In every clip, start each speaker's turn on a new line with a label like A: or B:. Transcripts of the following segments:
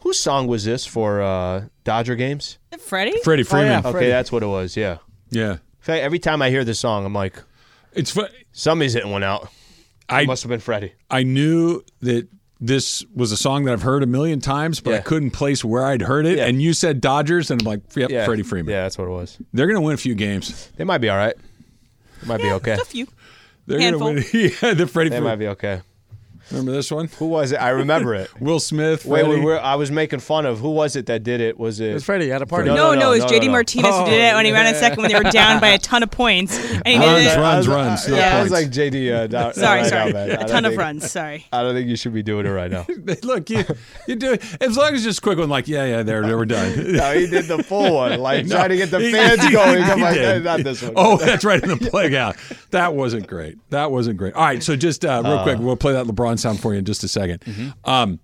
A: whose song was this for uh, Dodger games?
B: Freddie?
C: Oh, Freddie Freeman.
A: okay, that's what it was. Yeah.
C: yeah.
A: In fact, every time I hear this song, I'm like,
C: It's fu-
A: somebody's hitting one out.
C: I
A: Must have been Freddie.
C: I knew that this was a song that I've heard a million times, but I
A: Yeah.
C: couldn't place where I'd heard it.
A: Yeah.
C: And you said Dodgers, and I'm like, yep, Freddie Freeman.
A: Yeah, that's what it was.
C: They're going to win a few games.
A: They might be all right. They might be okay.
B: A few.
C: They're going to
B: Handful.
C: win. yeah, the Freddie
A: They
C: Freeman.
A: might be okay.
C: Remember this one?
A: Who was it? I remember it.
C: Will Smith.
A: Wait,
C: Freddie.
A: we were, I was making fun of who was it that did it? Was it?
D: It's Freddie at a party.
A: No,
B: No, no,
A: no,
B: it was
A: no,
B: JD
A: no, no.
B: Martinez who did it
C: Oh,
B: when he ran on second when they were down by a ton of points. And he
C: Runs,
B: did it.
C: runs,
A: I was-
C: runs. No
A: yeah, I was
C: points.
A: like JD. Uh, down-
B: Sorry,
A: right
B: sorry.
A: now, man. I
B: a
A: don't
B: ton of
A: think-
B: runs. Sorry.
A: I don't think you should be doing it right now.
C: Look, you, you do it. As long as it's a quick one, like, yeah, yeah, there, there, we're done.
A: No, he did the full one, like
C: No,
A: trying to get the
C: he-
A: fans
C: he-
A: going.
C: he
A: I'm like, "Eh,
C: did.
A: not this one.
C: Oh, that's right in the playground. That wasn't great. That wasn't great. All right, so just uh, real quick, we'll play that LeBron sound for you in just a 2nd
A: Mm-hmm.
C: Um,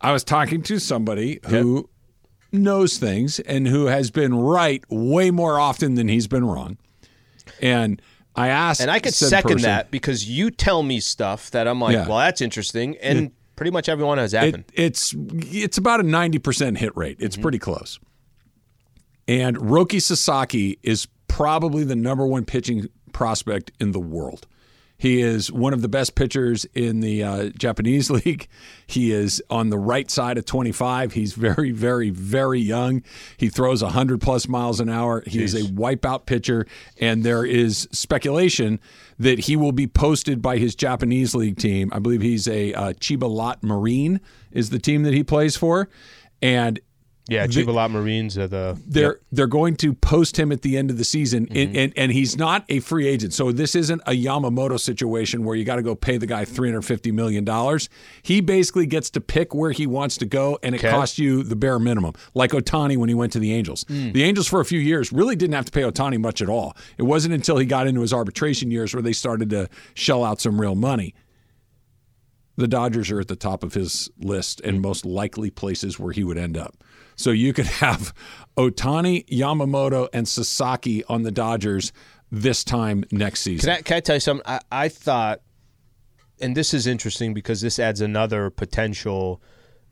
C: I was talking to somebody who knows things and who has been right way more often than he's been wrong, and I asked,
A: And I could
C: said
A: second
C: person-
A: that because you tell me stuff that I'm like,
C: Yeah.
A: well, that's interesting, and pretty much everyone has happened.
C: It, it's it's about a ninety percent hit rate.
A: Mm-hmm.
C: It's pretty close. And Roki Sasaki is probably the number one pitching prospect in the world. He is one of the best pitchers in the uh, Japanese league. He is on the right side of 25. He's very, very, very young. He throws 100 plus miles an hour. He is a wipeout pitcher. And there is speculation that he will be posted by his Japanese league team. I believe he's a uh, Chiba Lot Marine, is the team that he plays for. And
A: yeah, Chibalot Marines are the
C: they're they're going to post him at the end of the season, and, and and he's not a free agent, so this isn't a Yamamoto situation where you got to go pay the guy three hundred fifty million dollars. He basically gets to pick where he wants to go, and it
A: Okay.
C: costs you the bare minimum, like Otani when he went to the Angels. The Angels for a few years really didn't have to pay Otani much at all. It wasn't until he got into his arbitration years where they started to shell out some real money. The Dodgers are at the top of his list and most likely places where he would end up. So you could have Otani, Yamamoto, and Sasaki on the Dodgers this time next season.
A: Can I, can I tell you something? I, I thought, and this is interesting because this adds another potential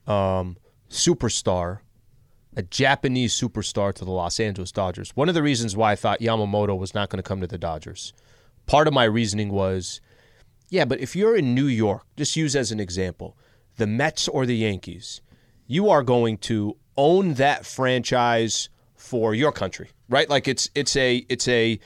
A: um, superstar, a Japanese superstar to the Los Angeles Dodgers. One of the reasons why I thought Yamamoto was not going to come to the Dodgers, part of my reasoning was, yeah, but if you're in New York, just use as an example, the Mets or the Yankees, you are going to own that franchise for your country, right? Like it's it's a it's a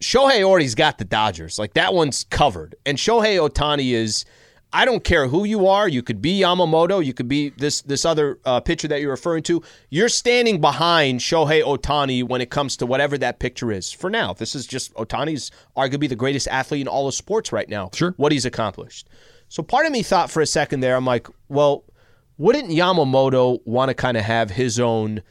A: Shohei Ohtani's got the Dodgers. Like that one's covered. And Shohei Otani is, I don't care who you are. You could be Yamamoto. You could be this this other uh, pitcher that you're referring to. You're standing behind Shohei Otani when it comes to whatever that picture is. For now, this is just Otani's arguably the greatest athlete in all of sports right now.
C: Sure.
A: what he's accomplished. So part of me thought for a second there, I'm like, well, wouldn't Yamamoto want to kind of have his own?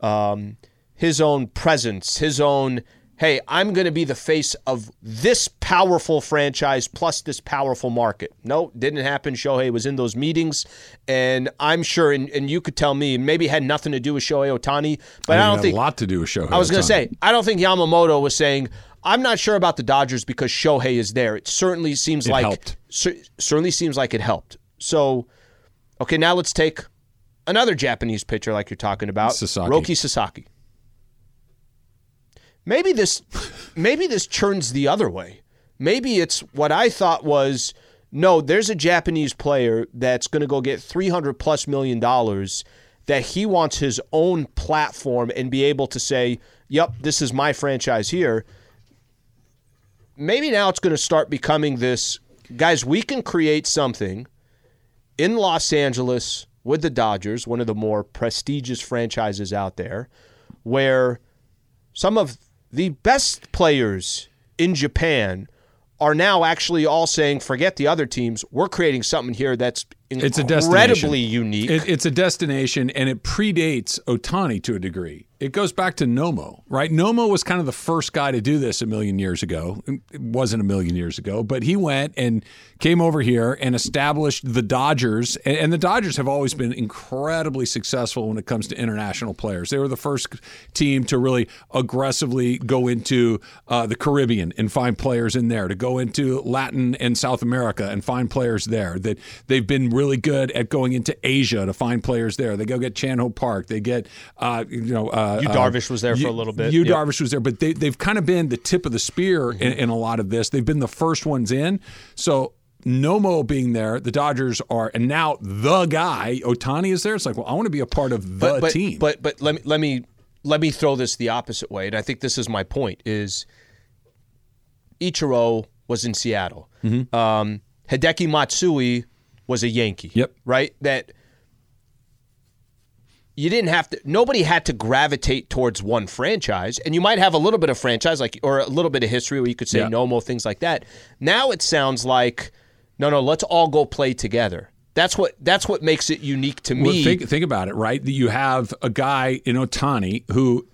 A: um, his own presence, his own, hey, I'm going to be the face of this powerful franchise plus this powerful market. No, didn't happen. Shohei was in those meetings, and I'm sure, and, and you could tell me, and maybe it had nothing to do with Shohei Otani, but I,
C: It had
A: don't think.
C: a lot to do with Shohei.
A: I was going to
C: Ohtani.
A: say, I don't think Yamamoto was saying, I'm not sure about the Dodgers because Shohei is there. It certainly seems like
C: helped.
A: cer- certainly seems like it helped. So, okay, now let's take another Japanese pitcher like you're talking about,
C: Sasaki.
A: Roki Sasaki. Maybe this maybe this churns the other way. Maybe it's what I thought was no, there's a Japanese player that's going to go get 300 plus million dollars that he wants his own platform and be able to say, "Yep, this is my franchise here." Maybe now it's going to start becoming this guys, we can create something in Los Angeles with the Dodgers, one of the more prestigious franchises out there, where some of the best players in Japan are now actually all saying, forget the other teams. We're creating something here that's
C: It's a
A: incredibly
C: destination.
A: unique.
C: It, it's a destination, and it predates Otani to a degree. It goes back to Nomo, right? Nomo was kind of the first guy to do this a million years ago. It wasn't a million years ago, but he went and came over here and established the Dodgers. And, and the Dodgers have always been incredibly successful when it comes to international players. They were the first team to really aggressively go into uh, the Caribbean and find players in there, to go into Latin and South America and find players there. That they've been really good at going into Asia to find players there. They go get Chanho Park. They get uh, you know uh,
A: Yu
C: uh,
A: Darvish was there for
C: Yu-
A: a little bit.
C: Yu
A: Yep.
C: Darvish was there, but they, they've kind of been the tip of the spear
A: Mm-hmm.
C: in, in a lot of this. They've been the first ones in. So Nomo being there, the Dodgers are, and now the guy Otani is there. It's like, well, I want to be a part of the
A: but, but,
C: team.
A: But but let me let me let me throw this the opposite way, and I think this is my point: is Ichiro was in Seattle.
C: Mm-hmm.
A: Um, Hideki Matsui was a Yankee.
C: Yep.
A: Right. That you didn't have to. Nobody had to gravitate towards one franchise, and you might have a little bit of franchise, like or a little bit of history where you could say
C: Yeah.
A: Nomo things like that. Now it sounds like, no, no, let's all go play together. That's what that's what makes it unique to me.
C: Well, think, think about it, right? You have a guy in Otani who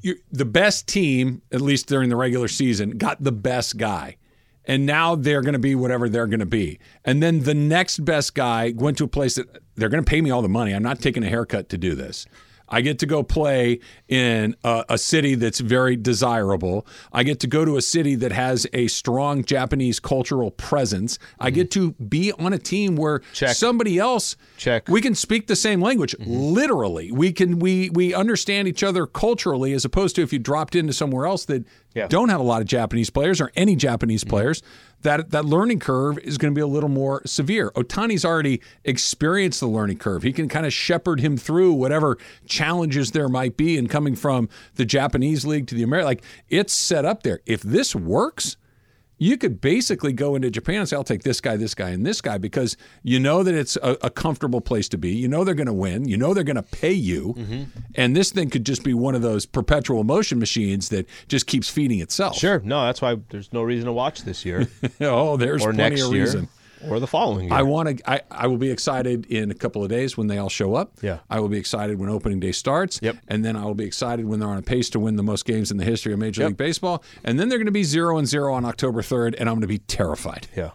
C: you, the best team, at least during the regular season, got the best guy. And now they're going to be whatever they're going to be. And then the next best guy went to a place that they're going to pay me all the money. I'm not taking a haircut to do this. I get to go play in a, a city that's very desirable. I get to go to a city that has a strong Japanese cultural presence. I get to be on a team where
A: Mm-hmm. Check.
C: somebody else
A: Check.
C: we can speak the same language literally we can we we understand each other culturally as opposed to if you dropped into somewhere else that
A: Yeah.
C: don't have a lot of japanese players or any japanese players that that learning curve is going to be a little more severe otani's already experienced the learning curve he can kind of shepherd him through whatever challenges there might be and coming from the japanese league to the american like it's set up there if this works you could basically go into Japan and say, I'll take this guy, this guy, and this guy because you know that it's a, a comfortable place to be. You know they're going to win. You know they're going to pay you.
A: Mm-hmm.
C: And this thing could just be one of those perpetual motion machines that just keeps feeding itself.
A: Sure. No, that's why there's no reason to watch this year
C: oh, there's
A: or
C: plenty
A: next
C: of
A: year
C: reason.
A: or the following year.
C: I want to. I, I will be excited in a couple of days when they all show up.
A: Yeah.
C: I will be excited when opening day starts.
A: Yep.
C: And then I will be excited when they're on a pace to win the most games in the history of Major League Baseball. And then they're going to be zero and zero on October third, and I'm going to be terrified.
A: yeah.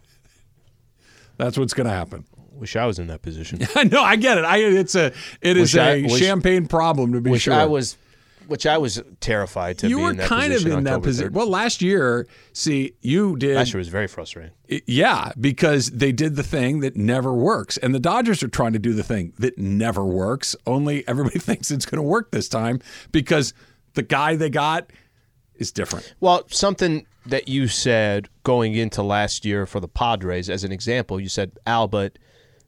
C: That's what's going to happen.
A: Wish I was in that position.
C: no, I get it. I it's a it is
A: Wish I-
C: a
A: wish-
C: champagne problem to be
A: Which
C: sure.
A: I was which I was terrified to
C: you
A: be
C: were
A: in that
C: kind of
A: position
C: in that
A: October
C: position.
A: 3rd.
C: Well, last year, see, you did
A: Last year was very frustrating.
C: yeah, because they did the thing that never works. And the Dodgers are trying to do the thing that never works, only everybody thinks it's going to work this time because the guy they got is different.
A: Well, something that you said going into last year for the Padres, as an example, you said, Al, but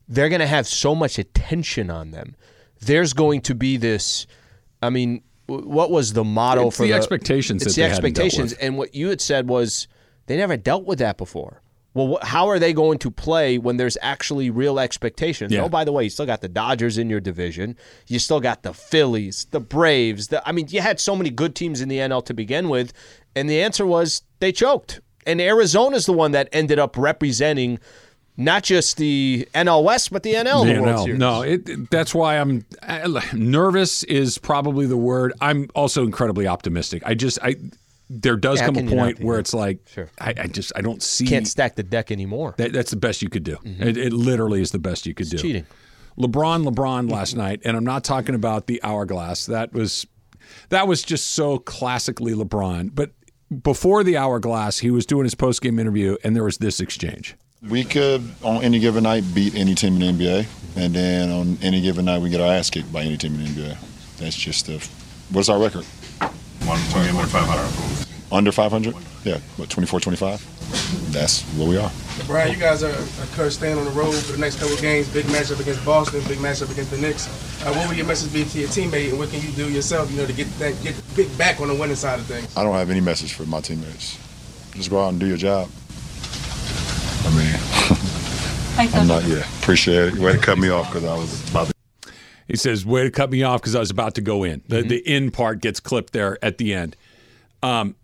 A: they're going to have so much attention on them. There's going to be this. I mean, w- what was the motto
C: It's
A: for
C: the expectations
A: It's the
C: that they hadn't dealt
A: expectations, and what you had said was they never dealt with that before. Well, wh- how are they going to play when there's actually real expectations?
C: Yeah.
A: Oh, by the way, you still got the Dodgers in your division. You still got the Phillies, the Braves. The, I mean, you had so many good teams in the NL to begin with, and the answer was they choked. And Arizona's the one that ended up representing not just the NL West, but the NL, in the World
C: no,
A: Series.
C: no, it, it- that's why I'm I, nervous is probably the word. I'm also incredibly optimistic. I just I there does
A: Yeah,
C: come
A: how
C: a
A: can you not
C: point
A: be?
C: where it's like
A: Sure.
C: I, I just I don't see
A: Can't stack the deck anymore.
C: That, that's the best you could do. It, it literally is the best you could do.
A: cheating. Mm-hmm.
C: LeBron, LeBron last night, and I'm not talking about the hourglass. That was that was just so classically LeBron. But before the hourglass, he was doing his post game interview, and there was this exchange.
D: We could, on any given night, beat any team in the NBA, and then on any given night, we get our ass kicked by any team in the NBA. That's just the. What's our record?
E: One twenty one five hundred.
D: Under 500? Yeah, what, 24, 25? That's where we are.
F: Brian, you guys are, are current staying on the road for the next couple of games. Big matchup against Boston, big matchup against the Knicks. Uh, what would your message be to your teammate, and what can you do yourself, you know, to get that get, get back on the winning side of things?
D: I don't have any message for my teammates. Just go out and do your job. I mean, I'm not, yeah, appreciate it. Way to cut me off because I was about to.
C: He says, "Way to cut me off because I was about to go in." The
A: Mm-hmm.
C: the in part gets clipped there at the end. Um,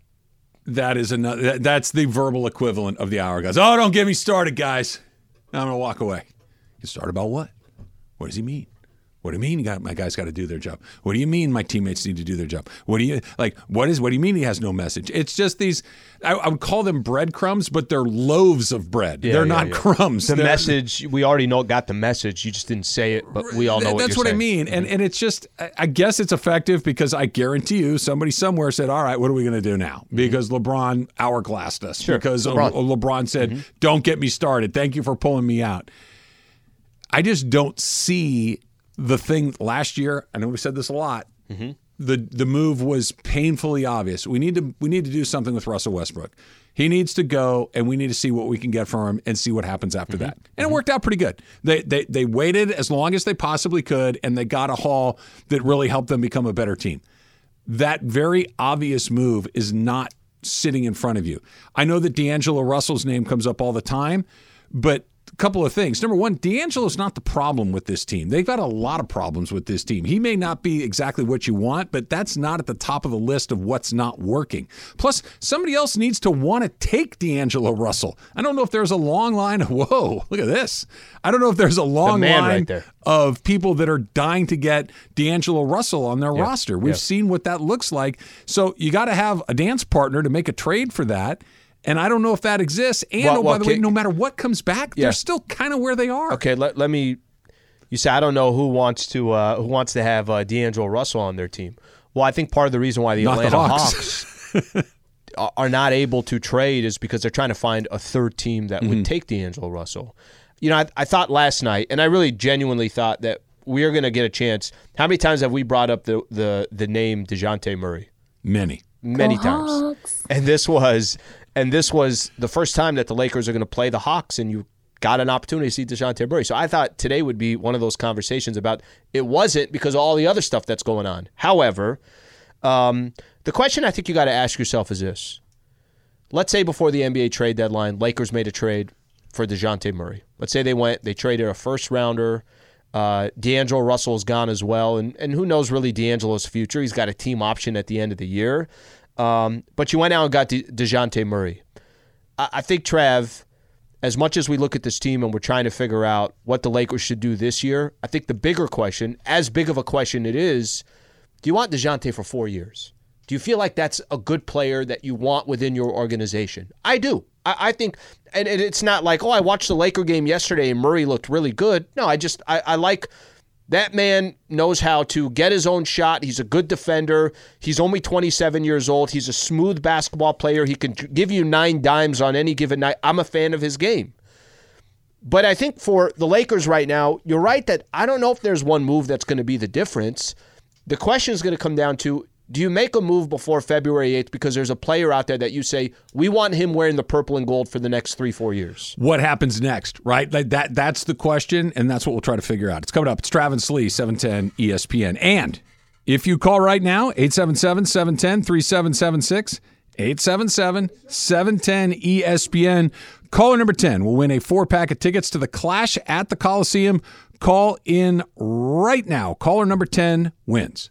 C: that is another. That, that's the verbal equivalent of the hourglass. Oh, don't get me started, guys. I'm gonna walk away. You start about what? What does he mean? What do you mean? You got, my guy's got to do their job. What do you mean? My teammates need to do their job. What do you like? What is? What do you mean? He has no message. It's just these. I, I would call them breadcrumbs, but they're loaves of bread. they're
A: yeah,
C: not
A: yeah.
C: crumbs.
A: The
C: They're-
A: message we already know got the message. You just didn't say it, but we all know
C: Th-
A: what
C: That's
A: you're
C: what I
A: saying. Mm-hmm.
C: mean, and and it's just I- I guess it's effective because I guarantee you somebody somewhere said, "All right, what are we going to do now?" Because LeBron hourglassed us. Because Le-
A: Mm-hmm. LeBron. Mm-hmm.
C: LeBron, said, "Don't get me started. Thank you for pulling me out." I just don't see the thing last year. I know we said this a lot. The the move was painfully obvious. We need to we need to do something with Russell Westbrook. He needs to go, and we need to see what we can get from him and see what happens after that. And it worked out pretty good. They, they they waited as long as they possibly could, and they got a haul that really helped them become a better team that very obvious move is not sitting in front of you. I know that D'Angelo Russell's name comes up all the time, but a couple of things. Number one, D'Angelo's not the problem with this team. They've got a lot of problems with this team. He may not be exactly what you want, but that's not at the top of the list of what's not working. Plus, somebody else needs to want to take D'Angelo Russell. I don't know if there's a long line. Whoa, look at this. I don't know if there's a long
A: man
C: line
A: right there.
C: of people that are dying to get D'Angelo Russell on their roster. We've seen what that looks like. So you got to have a dance partner to make a trade for that. And I don't know if that exists. And
A: Well-
C: oh,
A: well,
C: by the way,
A: can-
C: no matter what comes back,
A: Yeah.
C: they're still kind of where they are.
A: Okay, let, let me. You say I don't know who wants to uh, who wants to have uh, D'Angelo Russell on their team. Well, I think part of the reason why the
C: Not the
A: Atlanta
C: Hawks.
A: Hawks, are- are not able to trade is because they're trying to find a third team that would take D'Angelo Russell. You know, I, I thought last night, and I really genuinely thought that we are going to get a chance. How many times have we brought up the the, the name Dejounte Murray?
C: Many.
A: many times. And this was and this was the first time that the Lakers are going to play the Hawks and you got an opportunity to see DeJounte Murray. So I thought today would be one of those conversations about it wasn't because of all the other stuff that's going on. However, um, the question I think you got to ask yourself is this. Let's say before the NBA trade deadline, Lakers made a trade for DeJounte Murray. Let's say they went, they traded a first rounder. Uh, D'Angelo Russell's gone as well. And, and who knows really D'Angelo's future? He's got a team option at the end of the year. Um, but you went out and got De- DeJounte Murray. I, I think, Trav, as much as we look at this team and we're trying to figure out what the Lakers should do this year, I think the bigger question, as big of a question it is, do you want DeJounte for four years? Do you feel like that's a good player that you want within your organization? I do. I, I think, and, and it's not like, oh, I watched the Laker game yesterday and Murray looked really good. No, I just, I, I like that man knows how to get his own shot. He's a good defender. He's only 27 years old. He's a smooth basketball player. He can give you nine dimes on any given night. I'm a fan of his game. But I think for the Lakers right now, you're right that I don't know if there's one move that's going to be the difference. The question is going to come down to do you make a move before February 8th because there's a player out there that you say, we want him wearing the purple and gold for the next three, four years?
C: What happens next, right? Like that that's the question, and that's what we'll try to figure out. It's coming up. It's Travis Lee, E 710 ESPN. And if you call right now, 877-710-3776, E 877-710-ESPN. Caller number 10 will win a four-pack of tickets to the Clash at the Coliseum. Call in right now. Caller number 10 wins.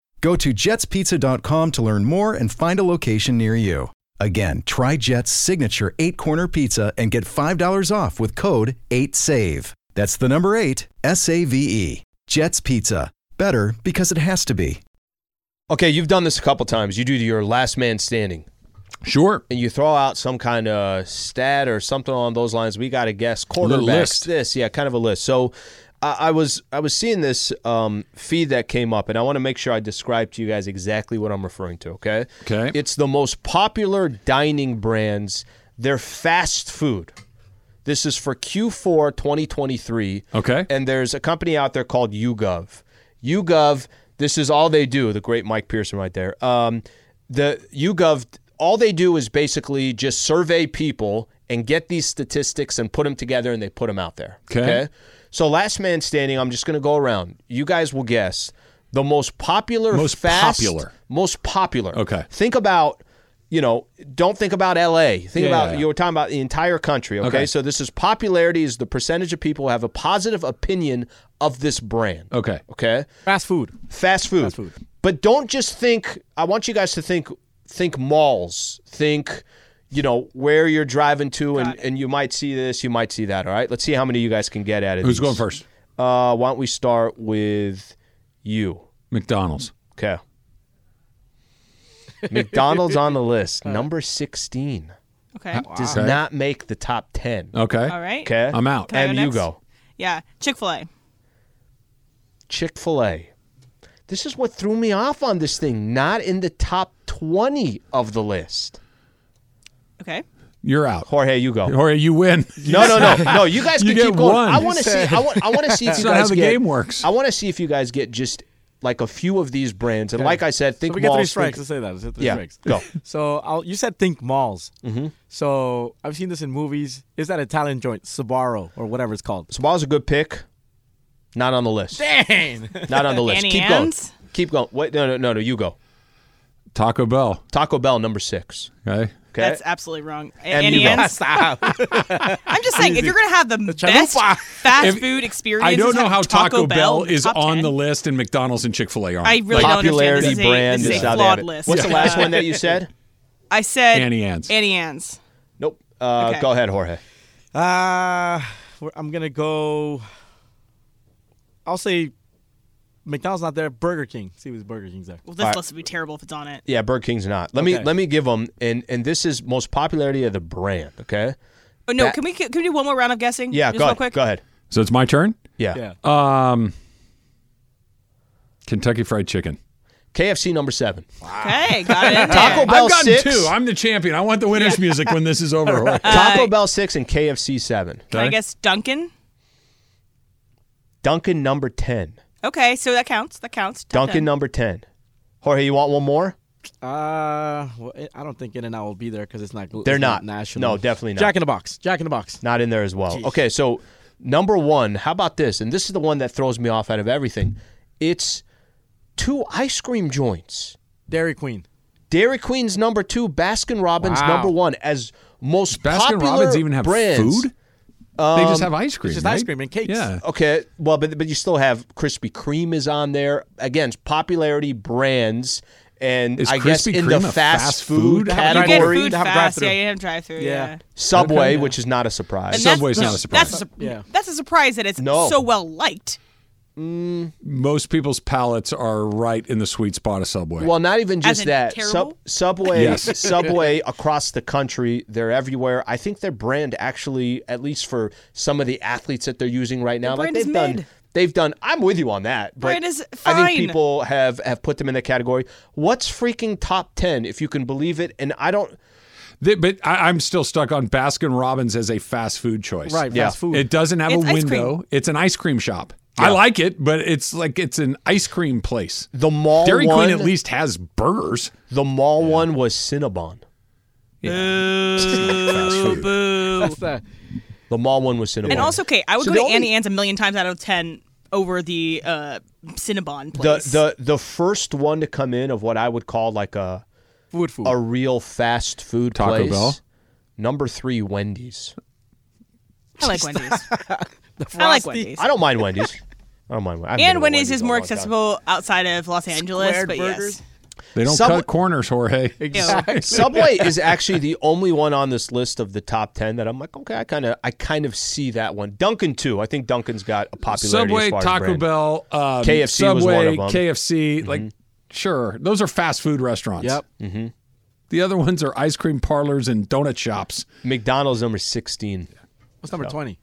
G: Go to jetspizza.com to learn more and find a location near you. Again, try Jet's signature eight corner pizza and get $5 off with code 8SAVE. That's the number eight, S A V E. Jet's Pizza. Better because it has to be.
A: Okay, you've done this a couple times. You do your last man standing.
C: Sure.
A: and you throw out some kind of stat or something along those lines, we got to guess quarterbacks.
C: list.
A: This, yeah, kind of a list. So I, I was I was seeing this um, feed that came up, and I want to make sure I describe to you guys exactly what I'm referring to. Okay.
C: Okay.
A: It's the most popular dining brands. They're fast food. This is for Q4 2023.
C: Okay.
A: And there's a company out there called YouGov. YouGov. This is all they do. The great Mike Pearson, right there. Um, the YouGov. All they do is basically just survey people and get these statistics and put them together, and they put them out there.
C: Okay.
A: So last man standing. I'm just going to go around. You guys will guess the most popular,
C: Most
A: fast,
C: popular.
A: most popular.
C: Okay.
A: Think about, you know, don't think about L.A. Think
C: Yeah,
A: about
C: yeah, yeah.
A: you were talking about the entire country. Okay?
C: Okay.
A: So this is popularity is the percentage of people who have a positive opinion of this brand.
C: Okay.
A: Okay.
H: Fast food.
A: Fast food. But don't just think. I want you guys to think. Think malls. Think. You know where you're driving to, and, and you might see this, you might see that. All right, let's see how many of you guys can get at it.
C: Who's going first?
A: Uh, why don't we start with you?
C: McDonald's.
A: Okay. McDonald's on the list, number 16.
B: Okay.
A: Does
C: Okay.
A: not make the top 10.
C: Okay.
B: All right.
A: Okay.
C: I'm out.
B: Can I
A: and
B: go
A: you
B: next?
A: go.
B: Yeah. Chick Fil A.
A: Chick fil A. This is what threw me off on this thing. Not in the top 20 of the list.
B: Okay.
C: You're out.
A: Jorge, you go.
C: Or you win.
A: No, no, no, no. You guys
C: You
A: can
C: get
A: keep going.
C: one.
A: I want to see. I want. I want to see if
C: That's
A: you
C: not
A: guys
C: how the
A: get-
C: game works.
A: I want to see if you guys get just like a few of these brands. And like I said, think
H: So we get three
A: malls,
H: strikes.
A: think-
H: Let's say that. Let's hit three
A: Yeah,
H: strikes.
A: go.
H: So I'll, you said think malls. Mm-hmm. So I've seen this in movies. Is that Italian joint, Sabaro or whatever it's called?
A: Sabal's a good pick. Not on the list.
H: Dang.
A: Not on the list.
B: Danny
A: Keep
B: Ann's?
A: going. Keep going. Wait, no, no, no, no. You go.
C: Taco Bell.
A: Taco Bell number six.
C: Okay.
A: Okay.
B: That's absolutely wrong. A-
A: And
B: Annie
A: you go.
B: Ann's? I'm just saying, if you're gonna have the best
H: chalupa.
B: fast
C: If-
B: food experience,
C: I don't
B: is
C: know
B: have
C: how Taco, Bell, is
B: top
C: on
B: 10.
C: the list and McDonald's and Chick fil A aren't.
B: I really don't understand.
A: Popularity
B: This is a,
A: brand
B: this
A: is
B: is a
A: how they have
B: flawed
A: it.
B: list.
A: What's the last
B: Uh,
A: one that you said?
B: I said
C: Annie Ann's.
B: Annie Ann's.
A: Nope. Uh,
B: Okay.
A: Go ahead, Jorge.
H: Uh, we're- I'm gonna go. I'll say McDonald's not there. Burger King. See what Burger King's there.
B: Well, this list would be terrible if it's on it.
A: Yeah, Burger King's not. Let me
H: Okay.
A: let me give them and and this is most popularity of the brand. Okay.
B: Oh no,
A: That-
B: can we can we do one more round of guessing?
A: Yeah.
B: just
A: go
B: real
A: ahead.
B: quick.
A: Go ahead.
C: So it's my turn?
A: Yeah.
H: Yeah.
C: Um, Kentucky Fried Chicken.
A: KFC number seven.
B: Okay, got it. in
A: Taco
B: there.
A: Bell
C: I've gotten
A: six.
C: two. I'm the champion. I want the winner's music when this is over.
A: Taco Bell six and KFC seven.
B: Can I
C: Okay.
B: guess Duncan?
A: Dunkin' number ten.
B: Okay, so that counts. That counts. Top
A: Dunkin'
B: 10.
A: number ten. Jorge, you want one more?
H: Uh, well, it, I don't think In and Out will be there because it's not. glu-
A: They're
H: it's
A: not.
H: national.
A: No, definitely not.
H: Jack in the Box. Jack in the Box.
A: Not in there as well. Okay, so number one, how about this? And this is the one that throws me off out of everything. It's two ice cream joints.
H: Dairy Queen.
A: Dairy Queen's number two, Baskin Robbins
H: Wow.
A: number one as most
C: Baskin
A: popular
C: Robbins even have
A: brands.
C: food? they just have ice cream.
H: just
C: right?
H: ice cream and cakes.
C: Yeah.
A: Okay, well, but but you still have Krispy Kreme is on there again. Popularity brands, and
C: Is
A: I guess
C: Krispy
A: in
C: Kreme
A: the
C: a
A: fast,
C: fast
A: food
C: food? How
B: You get
H: Or
A: category,
B: food
H: to have
B: fast.
H: drive-thru.
B: Yeah, you have drive through.
H: Yeah.
B: Yeah.
A: Subway,
C: Okay, yeah.
A: which is not a surprise.
B: And
C: Subway's
B: that's,
C: not a surprise.
B: That's a, su-
H: Yeah.
B: that's a surprise that it's
A: No.
B: so well liked.
C: Most people's palates are right in the sweet spot of Subway.
A: Well, not even
B: As
A: just
B: in
A: that.
B: terrible?
A: Subway,
C: Yes.
A: Subway across the country, they're everywhere. I think their brand actually, at least for some of the athletes that they're using right now, like
B: brand is
A: they've done,
B: mid.
A: they've done. I'm with you on that. But
B: Brand is
A: I think
B: fine.
A: people have have put them in that category. What's freaking top ten, if you can believe it? And I don't.
C: They- but I, I'm still stuck on Baskin Robbins as a fast food choice.
H: Right.
A: Yeah.
H: Fast food.
C: It doesn't have
B: It's
C: a
B: ice
C: window. It's an ice cream shop. I like it, but it's like it's an ice cream place.
A: The mall
C: Dairy
A: one,
C: Queen at least has burgers.
A: The mall one was Cinnabon.
C: Fast food.
H: That's the-
A: The mall one was Cinnabon.
B: And also, okay, I would
A: So
B: go to
A: the only-
B: Annie Ann's a million times out of ten over the uh, Cinnabon
A: the
B: place.
A: the the first one to come in of what I would call like a
H: food food.
A: a real fast food
C: Taco
A: place.
C: Bell?
A: Number three, Wendy's.
B: I like Wendy's. I like Wendy's.
A: I don't mind Wendy's. I don't mind. I've been to
B: And Wendy's, is
A: a
B: more
A: long time.
B: accessible outside of Los Angeles,
H: Squared
B: but
H: burgers?
C: They don't
A: Subway-
C: cut corners, Jorge.
B: yes. Ew.
A: Subway is actually the only one on this list of the top ten that I'm like, okay, I kind of, I kind of see that one. Dunkin' too. I think Dunkin's got a popularity.
C: Subway,
A: as far as
C: Taco
A: brand.
C: Bell, um,
A: KFC was
C: Subway,
A: one of 'em. Mm-hmm.
C: KFC, like sure, those are fast food restaurants.
H: Yep.
C: Mm-hmm. The other ones are ice cream parlors and donut shops.
A: McDonald's number sixteen.
H: What's number twenty?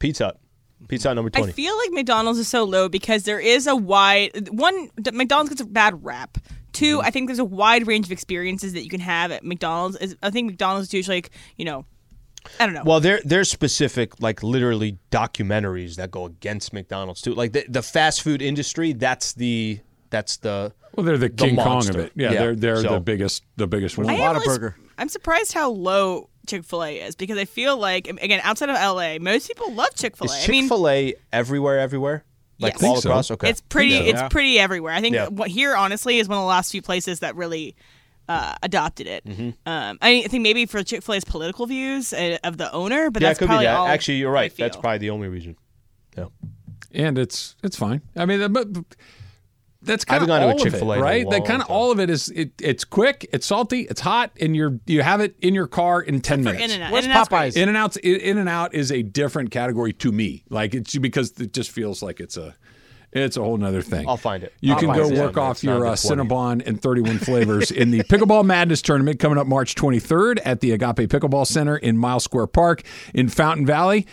A: Pizza. Hut. Pizza Hut number
B: I
A: twenty.
B: feel like McDonald's is so low because there is a wide one. d- McDonald's gets a bad rap. Two,
A: Mm-hmm.
B: I think there's a wide range of experiences that you can have at McDonald's. Is- I think McDonald's is usually like you know, I don't know.
A: Well, there there's specific like literally documentaries that go against McDonald's too. Like the, the fast food industry, that's the that's the
C: Well, they're the, King Kong
A: monster.
C: of it. Yeah, they're they're the biggest the biggest one.
B: I am really
H: Whataburger.
B: su- I'm surprised how low Chick Fil A is because I feel like again outside of L.A., most people love Chick Fil A.
A: Is
B: I
A: Chick
B: mean,
A: Fil A everywhere, everywhere? Like
B: Yes. I
A: all
C: think so.
A: across? Okay.
B: it's pretty. It's
H: Yeah.
B: pretty everywhere. I think
A: Yeah.
B: what here honestly is one of the last few places that really. Uh, adopted it.
A: Mm-hmm.
B: Um, I, mean, I think maybe for Chick Fil A's political views uh, of the owner, but
A: yeah, it
B: that's
A: could be
B: probably
A: that.
B: all
A: Actually, you're
B: I
A: right. That's
B: feel.
A: probably the only reason.
C: and it's it's fine. I mean, that- but but that's kind of
A: haven't gone to a
C: all of it,
A: Chick-fil-A in a
C: right? That
A: long
C: kind of
A: time.
C: all of it is it, it's quick, it's salty, it's hot, and you're you have it in your car in ten minutes.
B: In and out.
H: Where's
B: In Uh, and out's
H: Popeyes?
B: great.
C: In and out, in and out is a different category to me. Like it's because it just feels like it's a, it's a whole nother thing.
A: I'll find it.
C: You can
A: Popeyes
C: go
A: is
C: work
A: on there.
C: off
A: It's not
C: your
A: the
C: uh,
A: 20.
C: Cinnabon and 31 flavors in the Pickleball Madness tournament coming up March 23rd at the Agape Pickleball Center in Miles Square Park in Fountain Valley.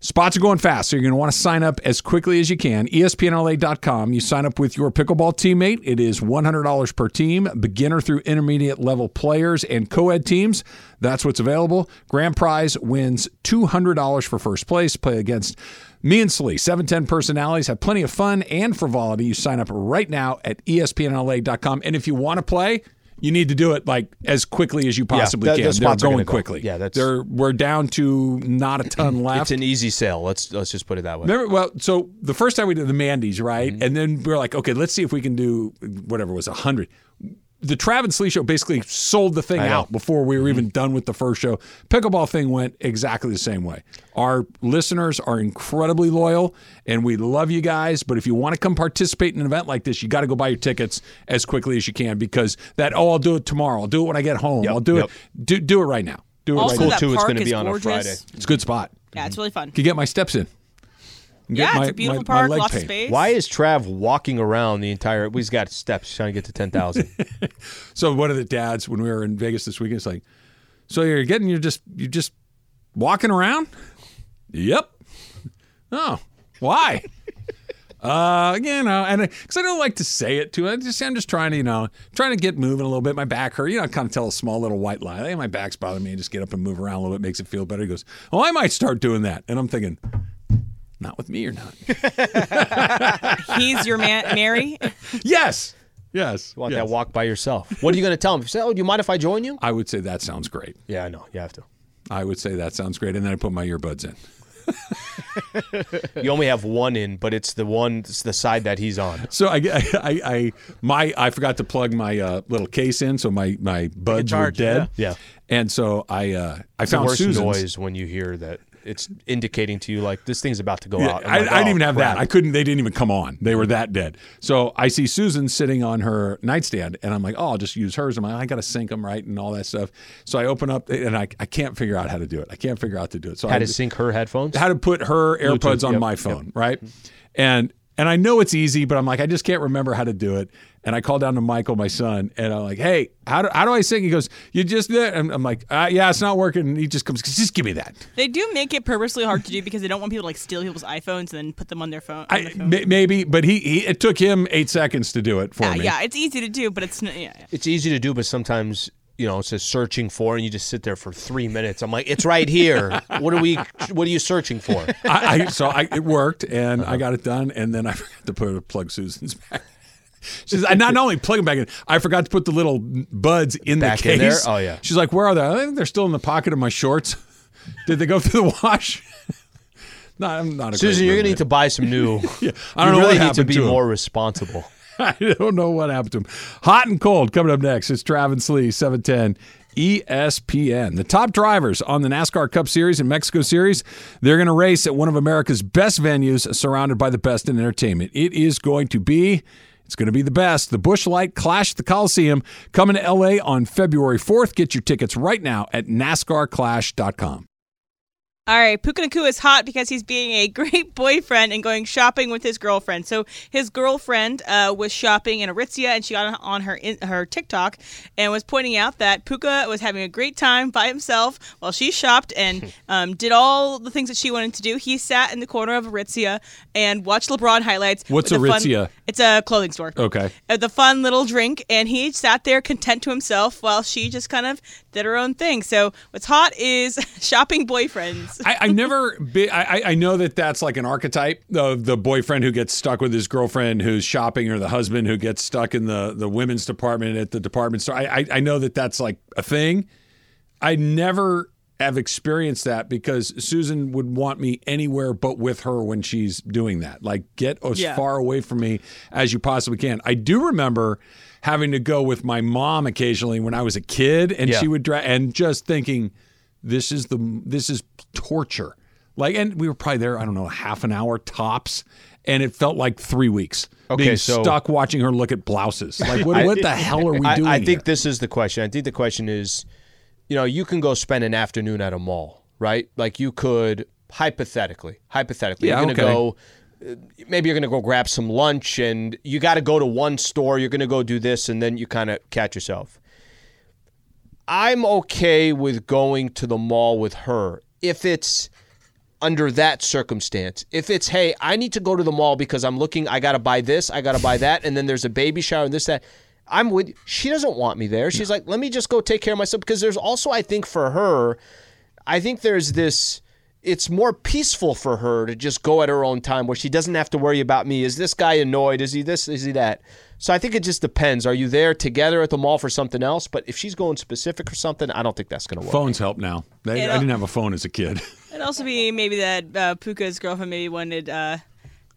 C: Spots are going fast, so you're going to want to sign up as quickly as you can. E ESPNLA.com. You sign up with your pickleball teammate. It is $100 per team, beginner through intermediate level players and co ed teams. That's what's available. Grand prize wins $200 for first place. Play against me and Slee, 710 personalities. Have plenty of fun and frivolity. You sign up right now at E ESPNLA.com. And if you want to play, you need to do it like as quickly as you possibly
A: the- the
C: can. They're
A: spots are gonna
C: going
A: go.
C: quickly.
A: Yeah, that's-
C: They're, we're down to not a ton left.
A: It's an easy sale. Let's let's just put it that way.
C: Remember, well, so the first time we did the Mandy's, right?
A: Mm-hmm.
C: And then we were like, okay, let's see if we can do whatever it was a hundred. The Trav and Slee show basically sold the thing
A: know. Mm-hmm.
C: out before we were even done with the first show. Pickleball thing went exactly the same way. Our listeners are incredibly loyal, and we love you guys. But if you want to come participate in an event like this, you got to go buy your tickets as quickly as you can because that oh, I'll do it tomorrow. I'll do it when I get home. I'll do
A: yep.
C: it. Do do it right now. Do it
B: Also,
C: right now.
B: that
A: too. It's
B: park
A: gonna
B: is
A: be on a
B: gorgeous.
A: Friday.
C: It's a good spot.
B: Yeah, it's really fun.
C: Could get my steps in. Can Mm-hmm. get
B: yeah,
C: my-
B: it's a beautiful
C: my- my
B: park,
C: leg
B: lots of
C: pain.
B: space.
A: Why is Trav walking around the entire? We've got steps trying to get to ten thousand.
C: So one of the dads, when we were in Vegas this weekend, is like, "So you're getting you're just you're just walking around?" Yep. Oh, why? uh, you know, and because I don't like to say it to, I just I'm just trying to you know trying to get moving a little bit. My back hurt. You know, I kind of tell a small little white lie. Hey, my back's bothering me. Just get up and move around a little bit. Makes it feel better. He goes, "Oh, I might start doing that." And I'm thinking, not with me or not.
B: He's your man, Mary.
C: yes. Yes.
A: Want
C: yes.
A: that walk by yourself? What are you going to tell him? Say, oh, do you mind if I join you?
C: I would say that sounds great.
A: Yeah, I know. You have to.
C: I would say that sounds great. And then I put my earbuds in.
A: You only have one in, but it's the one, it's the side that he's on.
C: So I, I, I, I my I forgot to plug my uh, little case in, so my my buds were
H: charge,
C: dead.
A: yeah. Yeah.
C: And so I uh, I
A: It's the
C: found
A: worst
C: Susan's.
A: noise when you hear that. It's indicating to you like this thing's about to go
C: Yeah,
A: out. I'm
C: I,
A: like,
C: I didn't
A: oh,
C: even have
A: crap.
C: that. I couldn't. They didn't even come on. They were that dead. So I see Susan sitting on her nightstand, and I'm like, "Oh, I'll just use hers." I'm like, "I got to sync them right and all that stuff." So I open up, and I, I can't figure out how to do it. I can't figure out how to do it. So I
A: Had to sync her headphones.
C: how to put her AirPods on
A: yep,
C: my phone, right? And and I know it's easy, but I'm like, I just can't remember how to do it. And I call down to Michael, my son, and I'm like, Hey, how do, how do I sing? He goes, You just do it. And I'm like, uh, Yeah, it's not working. And he just comes, Just give me that.
B: They do make it purposely hard to do because they don't want people to like steal people's iPhones and then put them on their phone. on
C: I
B: their phone.
C: may maybe, but he, he it took him eight seconds to do it for
B: Uh, yeah,
C: me.
B: yeah, it's easy to do, but it's n- yeah, yeah.
A: it's easy to do, but sometimes you know it says searching for, and you just sit there for three minutes. I'm like, it's right here. what are we? What are you searching for?
C: I, I so I it worked and
A: Uh-huh.
C: I got it done and then I forgot to put plug Susan's back. She's I not only plug them back in, I forgot to put the little buds in
A: Back
C: the case.
A: in there? Oh, yeah.
C: She's like, where are they? I think they're still in the pocket of my shorts. Did they go through the wash? no, I'm not a great
A: Susan, you're gonna need to
C: roommate.
A: buy some new.
C: I don't
A: you
C: know what
A: really need to
C: happened
A: be
C: to 'em.
A: more responsible.
C: I don't know what happened to him. Hot and cold coming up next. It's Travis Lee, E 710 ESPN. The top drivers on the NASCAR Cup Series and Mexico Series, they're going to race at one of America's best venues surrounded by the best in entertainment. It is going to be. It's going to be the best. The Bush Light Clash at the Coliseum coming to LA on February 4th. Get your tickets right now at NASCARclash.com.
B: All right, Puka Nakua is hot because he's being a great boyfriend and going shopping with his girlfriend. So his girlfriend uh, was shopping in Aritzia, and she got on- on her in, her TikTok and was pointing out that Puka was having a great time by himself while she shopped and um, did all the things that she wanted to do. He sat in the corner of Aritzia and watched LeBron highlights.
C: What's
B: with a fun-
C: Aritzia? Oh.
B: it's a clothing store
C: Okay.
B: uh, the fun little drink, and he sat there content to himself while she just kind of did her own thing. So what's hot is shopping boyfriends.
C: I, I never. Be, I, I- I know that that's like an archetype of the boyfriend who gets stuck with his girlfriend who's shopping, or the husband who gets stuck in the the women's department at the department store. I I, I know that that's like a thing. I never have experienced that because Susan would want me anywhere but with her when she's doing that. Like, get as
B: Yeah.
C: far away from me as you possibly can. I do remember having to go with my mom occasionally when I was a kid, and
A: Yeah.
C: she would dra- and just thinking, this is the this is torture. Like, and we were probably there, I don't know, half an hour tops, and it felt like three weeks.
A: Okay,
C: being
A: so-
C: stuck watching her look at blouses. Like, what, what the hell are we
A: I,
C: doing?
A: I think
C: here?
A: this is the question. I think the question is, you know, you can go spend an afternoon at a mall, right? Like you could hypothetically, hypothetically,
C: Yeah,
A: you're
C: okay.
A: gonna go. uh, Maybe you're gonna go grab some lunch, and you got to go to one store. You're gonna go do this, and then you kind of catch yourself. I'm okay with going to the mall with her if it's under that circumstance. If it's, hey, I need to go to the mall because I'm looking, I got to buy this, I got to buy that, and then there's a baby shower and this, that. I'm with, she doesn't want me there. She's like, let me just go take care of myself because there's also, I think, for her, I think there's this. It's more peaceful for her to just go at her own time where she doesn't have to worry about me. Is this guy annoyed? Is he this? Is he that? So I think it just depends. Are you there together at the mall for something else? But if she's going specific for something, I don't think that's going to work.
C: Phones help now. They, I
B: It'll-
C: didn't have a phone as a kid.
B: It'd also be maybe that uh, Puka's girlfriend maybe wanted uh,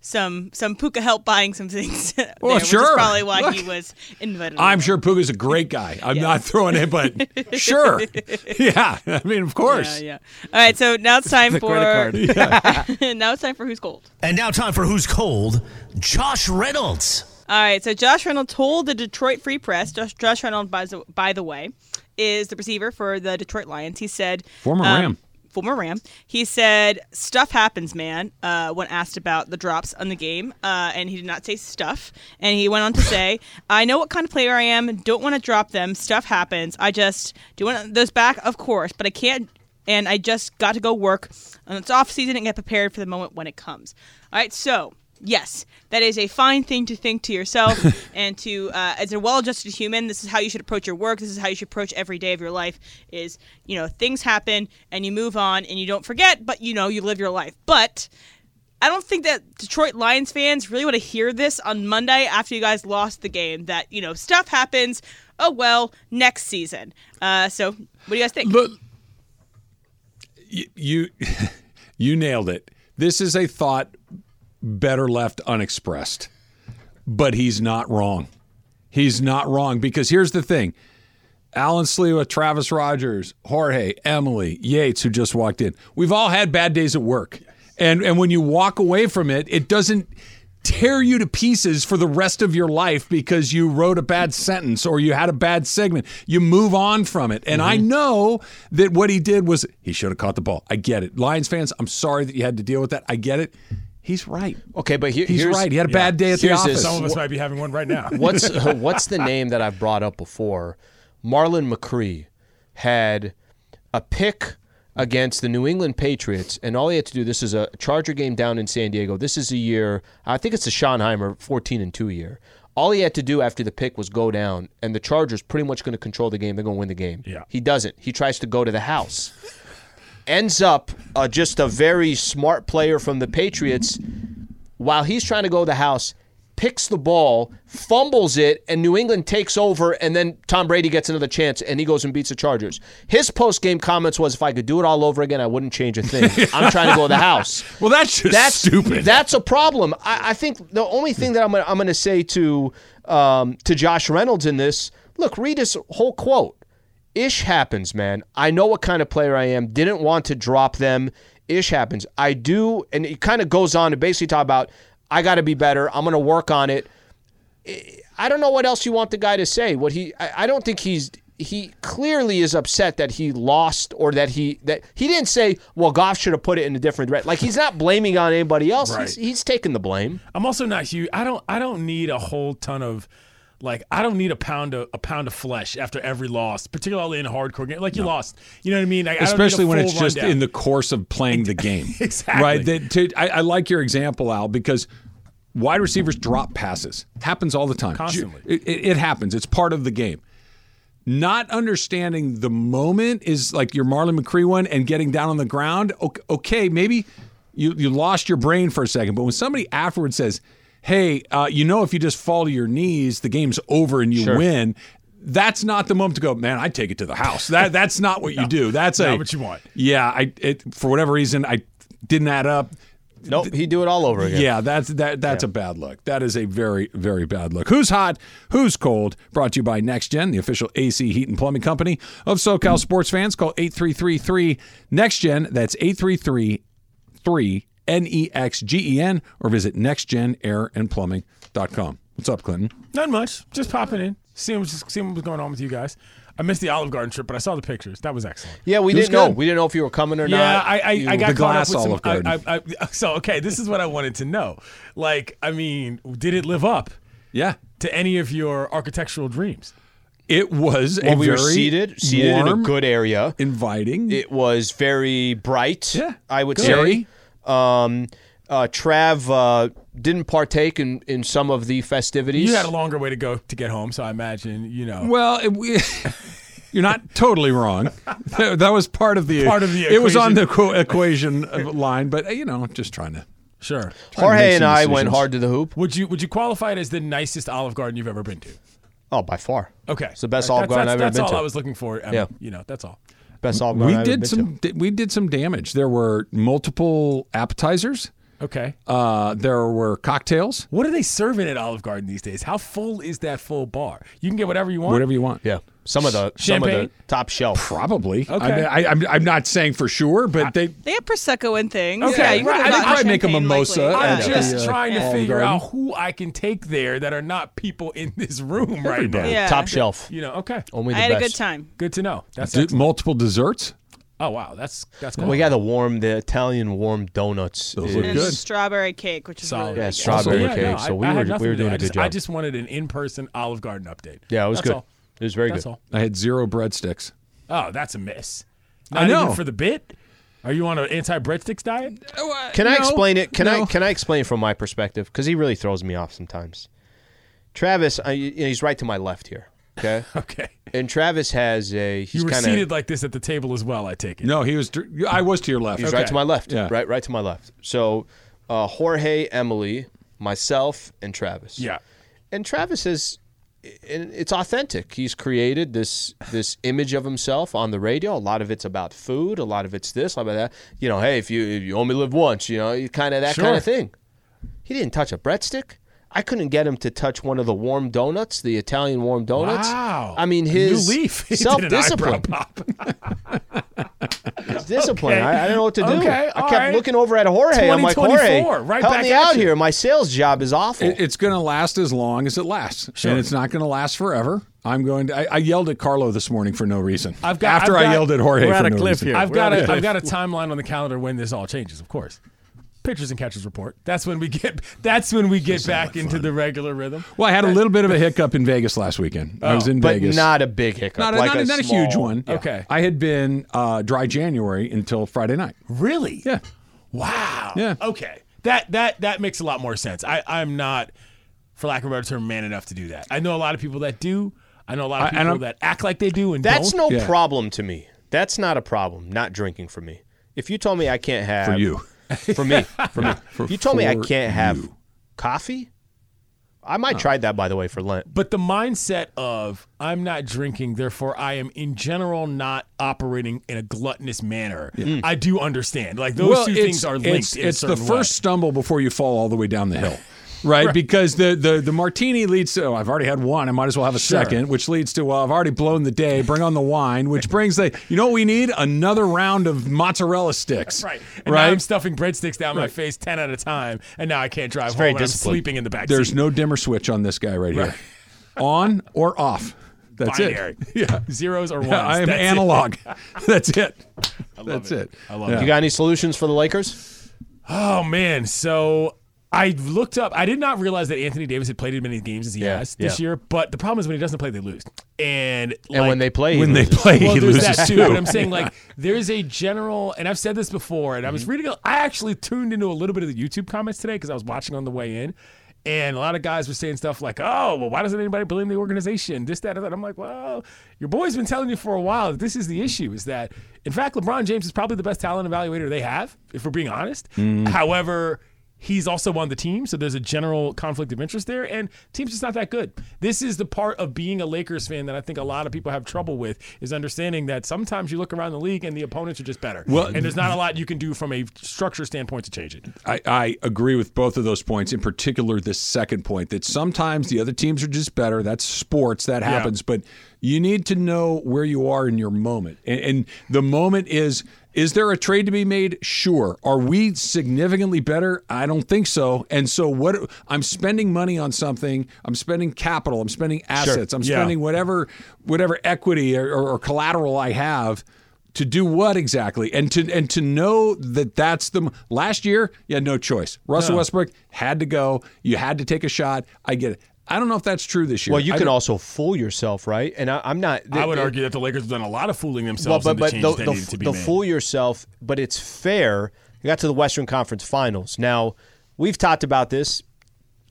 B: some some Puka help buying some things. there,
C: Well,
B: which is
C: Oh, sure.
B: probably why he
C: Look.
B: was invited.
C: I'm
B: along.
C: sure Puga's a great guy. I'm not throwing it, but sure. Yeah. I mean, of course.
B: Uh, Yeah, yeah. All right, so now it's time for
H: credit
B: now it's time for who's cold.
I: And now, time for Who's Cold? Josh Reynolds.
B: All right, so Josh Reynolds told the Detroit Free Press, Josh, Josh Reynolds, by the, by the way, is the receiver for the Detroit Lions. He said, um,
C: Former Ram.
B: Former Ram. He said, stuff happens, man, uh, when asked about the drops on the game. Uh, and he did not say stuff. And he went on to say, I know what kind of player I am. Don't want to drop them. Stuff happens. I just do want those back, of course, but I can't. And I just got to go work. And it's off season and get prepared for the moment when it comes. All right, so Yes, that is a fine thing to think to yourself and to uh, as a well-adjusted human. This is how you should approach your work. This is how you should approach every day of your life. Is you know things happen and you move on and you don't forget, but you know you live your life. But I don't think that Detroit Lions fans really want to hear this on Monday after you guys lost the game. That you know stuff happens. Oh well, next season. Uh, so what do you guys think?
C: But y- you you nailed it. This is a thought better left unexpressed. But he's not wrong. He's not wrong because here's the thing. Alan Slewa, Travis Rogers, Jorge, Emily, Yates, who just walked in. We've all had bad days at work. And and when you walk away from it, it doesn't tear you to pieces for the rest of your life because you wrote a bad sentence or you had a bad segment. You move on from it. And I
E: Mm-hmm.
C: know that what he did was he should have caught the ball. I get it. Lions fans, I'm sorry that you had to deal with that. I get it. He's right.
A: Okay, but here-
C: He's
A: here's-
C: right. He had a bad day at the
A: Here's this.
C: office.
A: Some
E: Some of us might be having one right now.
A: what's what's the name that I've brought up before? Marlon McCree had a pick against the New England Patriots, and all he had to do. This is a Charger game down in San Diego. This is a year. I think it's the Schottenheimer fourteen and two year. All he had to do after the pick was go down, and the Chargers pretty much going to control the game. They're going to win the game.
E: Yeah.
A: He doesn't. He tries to go to the house. Ends up uh, just a very smart player from the Patriots while he's trying to go to the house, picks the ball, fumbles it, and New England takes over, and then Tom Brady gets another chance and he goes and beats the Chargers. His post game comments was if I could do it all over again, I wouldn't change a thing. I'm trying to go to the house.
C: Well, that's just
A: That's
C: stupid.
A: That's a problem. I, I think the only thing that I'm gonna, I'm going to say to um, to Josh Reynolds in this look, read his whole quote. Ish happens, man. I know what kind of player I am. Didn't want to drop them. Ish happens. I do, and it kind of goes on to basically talk about I got to be better. I'm going to work on it. I don't know what else you want the guy to say. What he, I, I don't think he's he clearly is upset that he lost or that he that he didn't say, well, Goff should have put it in a different direction. Like he's not blaming on anybody else. He's,
J: Right.
A: he's taking the blame.
J: I'm also not huge. I don't. I don't need a whole ton of, like, I don't need a pound of a pound of flesh after every loss, particularly in a hardcore game. Like you lost. You know what I mean? Like, I don't need a
C: especially when
J: full
C: it's just
J: rundown.
C: in the course of playing the game.
J: Exactly.
C: Right. That- to- I, I like your example, Al, because wide receivers drop passes. Happens all the time.
J: Constantly.
C: It, it- it happens. It's part of the game. Not understanding the moment is like your Marlon McCree one and getting down on the ground. O- Okay, maybe you, you lost your brain for a second, but when somebody afterwards says, hey, uh, you know, if you just fall to your knees, the game's over and you
J: Sure.
C: win. That's not the moment to go, man. I take it to the house. That that's not what you do. That's
J: Not
C: a-
J: what you want.
C: yeah, I it for whatever reason I didn't add up.
A: Nope, he do it all over again.
C: Yeah, that's that that's a bad look. That is a very very bad look. Who's hot? Who's cold? Brought to you by Next Gen, the official AC heat and plumbing company of SoCal sports fans. Call 8333 Next Gen. That's 8333 N E X G E N or visit nextgenairandplumbing.com. What's up, Clinton?
J: Not much. Just popping in, seeing what's, seeing what was going on with you guys. I missed the Olive Garden trip, but I saw the pictures. That was excellent.
A: Yeah, we
J: It was
A: didn't know.
J: good.
A: We didn't know if you were coming or
J: yeah,
A: not.
J: I I,
A: You-
J: I got caught up with some.
C: Olive Garden.
J: I, I, I, so okay, this is what I wanted to know. Like, I mean, did it live up?
C: Yeah.
J: To any of your architectural dreams?
C: It was
A: Well,
C: a
A: we were
C: very
A: seated, seated in
C: warm,
A: a good area,
C: inviting.
A: It was very bright.
C: Yeah,
A: I would
C: good.
A: say. Um, uh, Trav uh, didn't partake in, in some of the festivities.
J: You had a longer way to go to get home, so I imagine you know.
C: Well, it, we, you're not totally wrong. That, that was part of the
J: Part of the
C: It was on the
J: equation.
C: equ- equation of line, but uh, you know, just trying to.
J: Sure.
C: trying to make
A: Jorge and
C: some
A: I went
C: decisions.
A: hard to the hoop.
J: Would you would you qualify it as the nicest Olive Garden you've ever been to?
A: Oh, by far.
J: Okay,
A: It's the best
J: That-
A: Olive
J: that's-
A: Garden I've ever
J: that's
A: been
J: all
A: to.
J: I was looking for. I
A: Yeah.
J: mean, you know, that's all.
A: Best Olive Garden
C: We
A: I've ever
C: did
A: been
C: some. di- We did some damage. There were multiple appetizers.
J: Okay.
C: Uh, there were cocktails.
J: What are they serving at Olive Garden these days? How full is that full bar? You can get whatever you want.
C: Whatever you want.
A: to. Yeah, some of the some of
J: Champagne?
A: the top shelf.
C: Probably.
J: Okay. Ah,
C: I mean, I, I'm, I'm not saying for sure, but they.
B: They have prosecco and things.
J: Okay,
B: yeah, you could've
J: right. I think
B: gotten
C: probably make a
B: champagne,
C: mimosa uh,
B: likely.
J: I'm
C: Yeah.
J: just
A: uh,
C: Yeah.
J: trying
C: Yeah.
J: to figure
C: Olive
J: out who I can take there that are not people in this room right now.
B: Yeah.
A: Top shelf.
J: You know, okay.
A: Only
B: I
A: the
B: had a
A: best.
B: good time.
J: Good to know. That's
C: d-
J: excellent.
C: multiple desserts.
J: Oh wow, that's that's cool.
A: We got the warm, the Italian warm donuts.
C: Those
A: is-
C: look
B: And
C: Good.
B: strawberry cake, which is really
J: Solid.
A: Yeah,
B: good.
A: strawberry
J: Also, yeah,
A: cake.
J: no,
A: so
J: I-
A: we
J: I had
A: were
J: nothing
A: we were
J: to do.
A: doing
J: I
A: a
J: just,
A: good job.
J: I just wanted an in-person Olive Garden update.
A: yeah, it was
J: That's
A: good.
J: all.
A: It was very
J: That's
A: good.
J: all.
C: I had zero breadsticks.
J: Oh, that's a miss.
C: I
J: Not even
C: know.
J: for the bit. Are you on an anti-breadsticks diet?
A: Can I
C: No,
A: explain it? Can I
C: no.
A: can I explain from my perspective? Because he really throws me off sometimes. Travis, I, you know, he's right to my left here. Okay,
J: Okay.
A: and Travis has a he's
J: you were
A: kind
J: seated
A: of
J: like this at the table as well. I take it.
C: No, he was. dr- I was to your left.
A: he's right to my left.
C: Yeah.
A: right, right to my left. So uh, Jorge, Emily, myself, and Travis.
J: Yeah.
A: and Travis is and it's authentic. He's created this this image of himself on the radio. A lot of it's about food. A lot of it's this. A lot of that. You know, hey, if you if you only live once, you know, you kind of that kind
J: Sure.
A: of thing. He didn't touch a breadstick. I couldn't get him to touch one of the warm donuts, the Italian warm donuts.
J: Wow.
A: I mean,
J: A new
A: his
J: leaf. He did an
A: self
J: eyebrow
A: discipline.
J: pop.
A: His discipline. I, I don't know what to do.
J: Okay,
A: I
J: all
A: kept
J: right.
A: looking over at Jorge. I'm like, Jorge,
J: 2024, right
A: help
J: back
A: me
J: at
A: out
J: you.
A: here. My sales job is awful.
C: It- it's going to last as long as it lasts,
J: Sure.
C: and it's not going to last forever. I'm going to. I, I yelled at Carlo this morning for no reason.
J: I've got-
C: after
J: I've
C: I
J: got-
C: yelled at Jorge
H: we're
C: for
H: at a
C: no
H: cliff
C: reason.
H: here.
J: I've
H: We're
J: got
H: at a
J: a,
H: cliff.
J: I've got a timeline on the calendar when this all changes, of course. Pitchers and catchers report. That's when we get. That's when we get back into the regular rhythm.
C: well, I had a little bit of a hiccup in Vegas last weekend. I was in
A: but
C: Vegas,
A: not a big hiccup.
C: not a,
A: like
C: not a- not a huge
A: small-
C: one.
J: Okay.
C: I had been uh, dry January until Friday night.
J: Really?
C: Yeah,
J: Wow.
C: Yeah.
J: Okay. That that that makes a lot more sense. I I'm not, for lack of a better term, man enough to do that. I know a lot of people that do. I know a lot of
C: I- I
J: people
C: don't-
J: that act like they do and
A: That's
J: don't.
A: no
C: Yeah.
A: problem to me. That's not a problem. Not drinking for me. If you told me I can't have
C: for you.
A: for me, for me,
C: For-
A: you told me I
C: for
A: can't have
C: you.
A: coffee. I might try that by the way for Lent.
J: But the mindset of I'm not drinking, therefore I am in general not operating in a gluttonous manner. I do understand. Like those
C: Hmm. well,
J: two
C: it's,
J: things are linked.
C: It's,
J: in a
C: it's the
J: certain way.
C: first stumble before you fall all the way down the hill. Right, because the, the the martini leads to oh, I've already had one, I might as well have a
J: Sure.
C: second, which leads to well, I've already blown the day, bring on the wine, which brings the you know what we need another round of mozzarella sticks.
J: Right. And now I'm
C: right.
J: stuffing breadsticks down my
C: Right.
J: face 10 at a time, and now I can't drive home
A: very
J: and I'm
A: disciplined.
J: sleeping in the back
C: There's
J: seat.
C: no dimmer switch on this guy right, here, on or off. That's
J: binary.
C: it. Yeah.
J: Zeros or ones.
C: Yeah, I am
J: That's it.
C: analog. That's it.
J: I love
C: That's it.
J: I love
C: Yeah.
J: it.
A: You got any solutions for the Lakers?
J: Oh man, so I looked up. I did not realize that Anthony Davis had played as many games as he
A: Yeah,
J: has this
A: yeah.
J: year. But the problem is when he doesn't play, they lose. And
A: And
J: like-
A: when they play, he
C: When they
A: loses.
C: play,
J: well,
C: he
J: there's
C: loses
J: that too.
C: too.
J: But I'm saying like there's a general, and I've said this before, and I
C: Mm-hmm.
J: was reading. a- I actually tuned into a little bit of the YouTube comments today because I was watching on the way in. And a lot of guys were saying stuff like, "Oh, well, why doesn't anybody blame the organization? This, that, and that." I'm like, "Well, your boy's been telling you for a while that this is the issue. Is that, in fact, LeBron James is probably the best talent evaluator they have, if we're being honest.
C: Mm.
J: However, he's also on the team, so there's a general conflict of interest there, and team's just not that good. This is the part of being a Lakers fan that I think a lot of people have trouble with is understanding that sometimes you look around the league and the opponents are just better.
C: Well,
J: and there's not a lot you can do from a structure standpoint to change it.
C: I, I agree with both of those points, in particular this second point that sometimes the other teams are just better. That's sports, that
J: Yeah.
C: happens. But you need to know where you are in your moment. And, and the moment is is there a trade to be made? Sure. Are we significantly better? I don't think so. And so what I'm spending money on something, I'm spending capital, I'm spending assets, I'm
J: Yeah.
C: spending whatever whatever equity or, or, or collateral I have to do what exactly and to and to know that that's the m- last year you had no choice Russell
J: No.
C: Westbrook had to go you had to take a shot I get it I don't know if that's true this year
A: Well, you
C: I
A: can
C: don't-
A: also fool yourself, right? And I, I'm not.
J: I would
A: th-
J: argue that the Lakers have done a lot of fooling themselves
A: Well,
J: in the
A: but,
J: changes
A: but the,
J: that
A: the,
J: needed to be
A: the
J: made.
A: fool yourself, but it's fair. You got to the Western Conference Finals. Now, we've talked about this.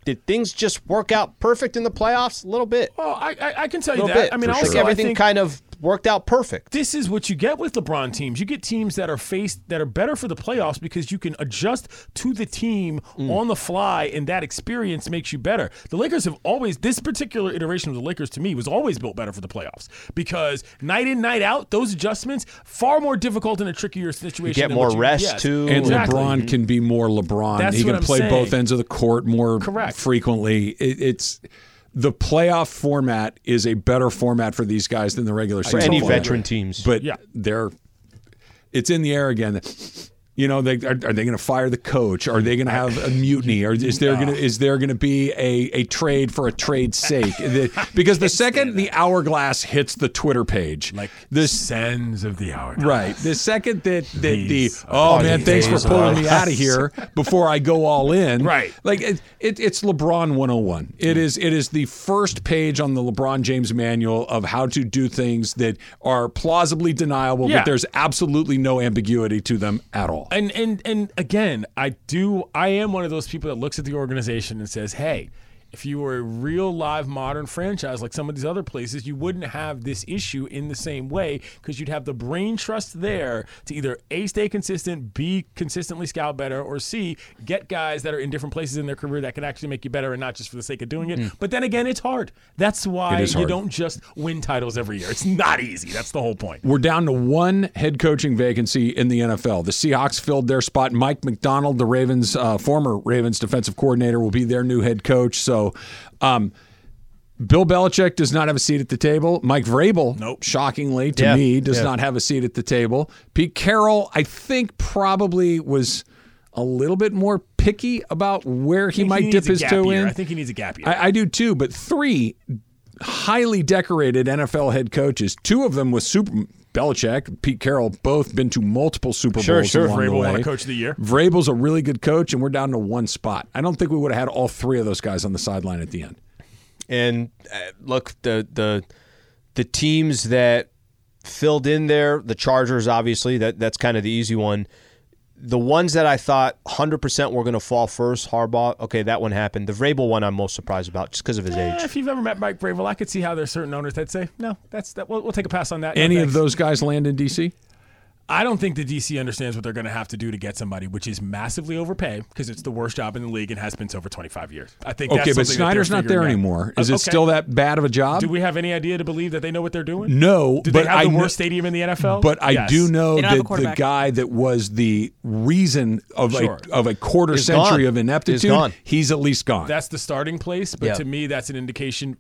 A: Did things just work out perfect in the playoffs? A little bit.
J: Well, Oh, I, I, I can tell you
A: little
J: that.
A: bit.
J: I mean,
A: I think
J: also, I
A: everything
J: think-
A: kind of worked out perfect.
J: This is what you get with LeBron teams. You get teams that are faced that are better for the playoffs because you can adjust to the team
A: Mm.
J: on the fly, and that experience makes you better. The Lakers have always this particular iteration of the Lakers to me was always built better for the playoffs because night in night out those adjustments far more difficult in a trickier situation.
A: You get
J: than
A: more
J: what
A: rest
J: yes,
A: too.
C: and
J: exactly.
C: LeBron can be more LeBron
J: That's
C: he
J: what
C: can
J: I'm
C: play
J: saying.
C: both ends of the court more
J: Correct.
C: frequently it, it's the playoff format is a better format for these guys than the regular
A: For
C: season
A: any
C: format.
A: veteran teams.
C: but
J: Yeah.
C: they're it's in the air again. You know, they are, are they going to fire the coach? Are they going to have a mutiny? Or is there going to is there going to be a, a trade for a trade's sake? The- because the second the hourglass hits the Twitter page,
J: like
C: the
J: the
C: s-
J: sands of the hour.
C: right the second that that the
J: These
C: oh
J: are
C: man,
J: the
C: thanks for
J: days of
C: pulling me
J: our
C: out of here before I go all in,
J: Right.
C: Like it, it, it's LeBron 101. It is it is the first page on the LeBron James manual of how to do things that are plausibly deniable,
J: Yeah.
C: but there's absolutely no ambiguity to them at all.
J: And and and again, I do. I am one of those people that looks at the organization and says, "Hey, if you were a real live modern franchise like some of these other places, you wouldn't have this issue in the same way because you'd have the brain trust there to either a stay consistent, b consistently scout better, or c get guys that are in different places in their career that can actually make you better and not just for the sake of doing it. But then again, it's hard. That's why
C: Mm. It is
J: you
C: hard.
J: don't just win titles every year. It's not easy. That's the whole point.
C: We're down to one head coaching vacancy in the NFL. The Seahawks filled their spot. Mike McDonald, the Ravens' uh, former Ravens defensive coordinator, will be their new head coach. So, um, Bill Belichick does not have a seat at the table. Mike Vrabel,
J: Nope.
C: shockingly to
A: Yeah,
C: me, does
A: yeah.
C: not have a seat at the table. Pete Carroll, I think, probably was a little bit more picky about where he
J: I think
C: might
J: needs
C: dip
J: a
C: his
J: gap
C: toe
J: year.
C: in.
J: I think he needs a gap year.
C: I, I do too, but three highly decorated NFL head coaches, two of them with Super Belichick, Pete Carroll, both been to multiple Super
A: Sure,
C: Bowls.
A: sure.
C: along the
J: Vrabel won
C: way.
J: a coach of the year.
C: Vrabel's a really good coach, and we're down to one spot. I don't think we would have had all three of those guys on the sideline at the end.
A: And uh, look, the the the teams that filled in there, the Chargers, obviously, that that's kind of the easy one. The ones that I thought 100% were going to fall first, Harbaugh. Okay, that one happened. The Vrabel one, I'm most surprised about just because of his
J: Eh,
A: age.
J: if you've ever met Mike Bravel, I could see how there's certain owners that say, "No, that's that. We'll, we'll take a pass on that." No,
C: Any of
J: thanks."
C: those guys land in D.C.?
J: I don't think the DC understands what they're going to have to do to get somebody, which is massively overpay because it's the worst job in the league and has been so for 25 years. I think.
C: Okay,
J: that's
C: but
J: something that
C: Snyder's
J: they're
C: not there
J: figuring out.
C: anymore. Is
J: Uh,
C: it
J: okay.
C: still that bad of a job?
J: Do we have any idea to believe that they know what they're doing?
C: no,
J: Do
C: but
J: they have
C: I
J: the
C: kn-
J: worst stadium in the NFL?
C: But I
J: Yes.
C: do know
B: They don't have a
C: that the
B: quarterback.
C: guy that was the reason of
J: Sure.
C: a of a quarter
A: Is
C: century
A: gone.
C: of
A: Is
C: ineptitude,
A: gone.
C: he's at least gone.
J: That's the starting place, but
A: Yeah.
J: to me, that's an indication.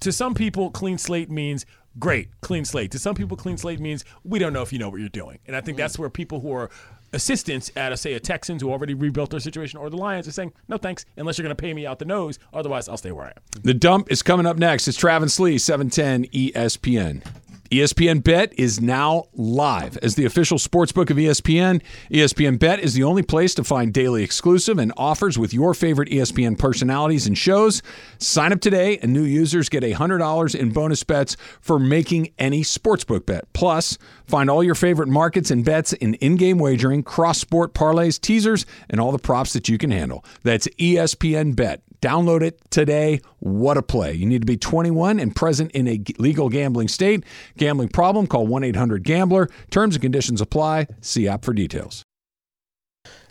J: To some people, clean slate means great, clean slate. To some people, clean slate means we don't know if you know what you're doing. And I think that's where people who are assistance at, a, say, a Texans who already rebuilt their situation, or the Lions are saying, no thanks, unless you're going to pay me out the nose. Otherwise, I'll stay where I am.
C: The dump is coming up next. It's Travis Lee, E 710 ESPN. ESPN Bet is now live as the official sportsbook of E ESPN. ESPN Bet is the only place to find daily exclusive and offers with your favorite E ESPN personalities and shows. Sign up today, and new users get $100 in bonus bets for making any sportsbook bet. Plus, find all your favorite markets and bets in in game wagering, cross sport parlays, teasers, and all the props that you can handle. That's E ESPN Bet. Download it today. What a play. You need to be 21 and present in a g- legal gambling state. Gambling problem, call 1 800 Gambler. Terms and conditions apply. See app for details.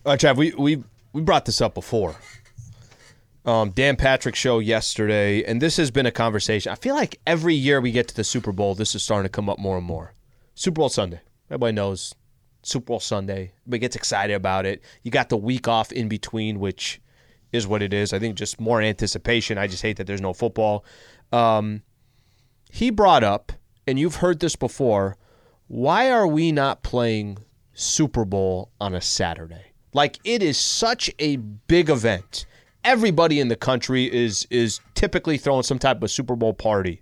A: Uh, Trav, we, we we brought this up before. Um, Dan Patrick show yesterday, and this has been a conversation. I feel like every year we get to the Super Bowl, this is starting to come up more and more. Super Bowl Sunday, everybody knows Super Bowl Sunday. Everybody gets excited about it. You got the week off in between, which is what it is. I think just more anticipation. I just hate that there's no football. Um, he brought up, and you've heard this before. Why are we not playing Super Bowl on a Saturday? Like it is such a big event. Everybody in the country is is typically throwing some type of Super Bowl party.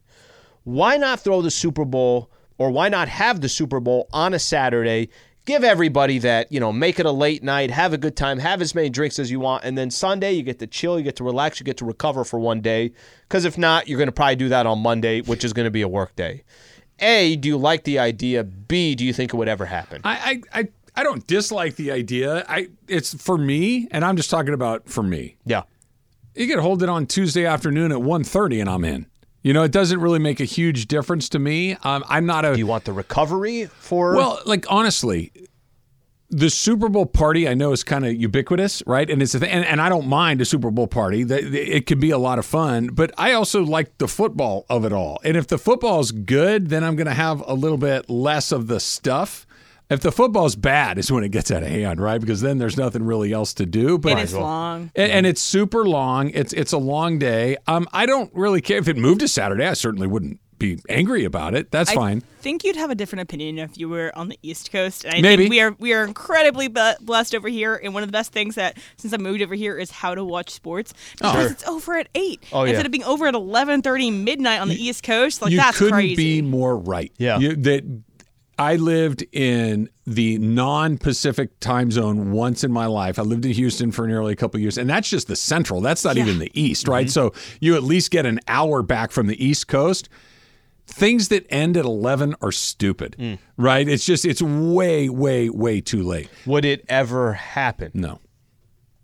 A: Why not throw the Super Bowl or why not have the Super Bowl on a Saturday? Give everybody that, you know, make it a late night, have a good time, have as many drinks as you want, and then Sunday you get to chill, you get to relax, you get to recover for one day. Because if not, you're going to probably do that on Monday, which is going to be a work day. A, do you like the idea? B, do you think it would ever happen?
C: I, I, I, I don't dislike the idea. I It's for me, and I'm just talking about for me.
A: Yeah.
C: You could hold it on Tuesday afternoon at 1.30 and I'm in. You know, it doesn't really make a huge difference to me. Um, I'm not a. Do
A: you want the recovery for?
C: Well, like honestly, the Super Bowl party I know is kind of ubiquitous, right? And it's a thing, and, and I don't mind a Super Bowl party. That- It can be a lot of fun, but I also like the football of it all. And if the football's good, then I'm going to have a little bit less of the stuff. If the football's bad, is when it gets out of hand, right? Because then there's nothing really else to do. But
B: it's long.
C: and, and it's super long. It's it's a long day. Um, I don't really care if it moved to Saturday. I certainly wouldn't be angry about it. That's
B: I
C: fine.
B: think you'd have a different opinion if you were on the East Coast. And I
C: Maybe.
B: think we are we are incredibly bu- blessed over here. And one of the best things that since I moved over here is how to watch sports
C: Oh.
B: because
C: Sure.
B: it's over at eight
C: Oh, yeah.
B: instead of being over at eleven thirty midnight on the East Coast. Like
C: you
B: that's
C: couldn't
B: crazy.
C: be more right. Yeah, that I lived in the non-Pacific time zone once in my life. I lived in Houston for nearly a couple of years, and that's just the central. That's not even the east, right? So you at least get an hour back from the East Coast. Things that end at eleven are stupid, right? It's just it's way, way, way too late.
A: Would it ever happen?
C: No.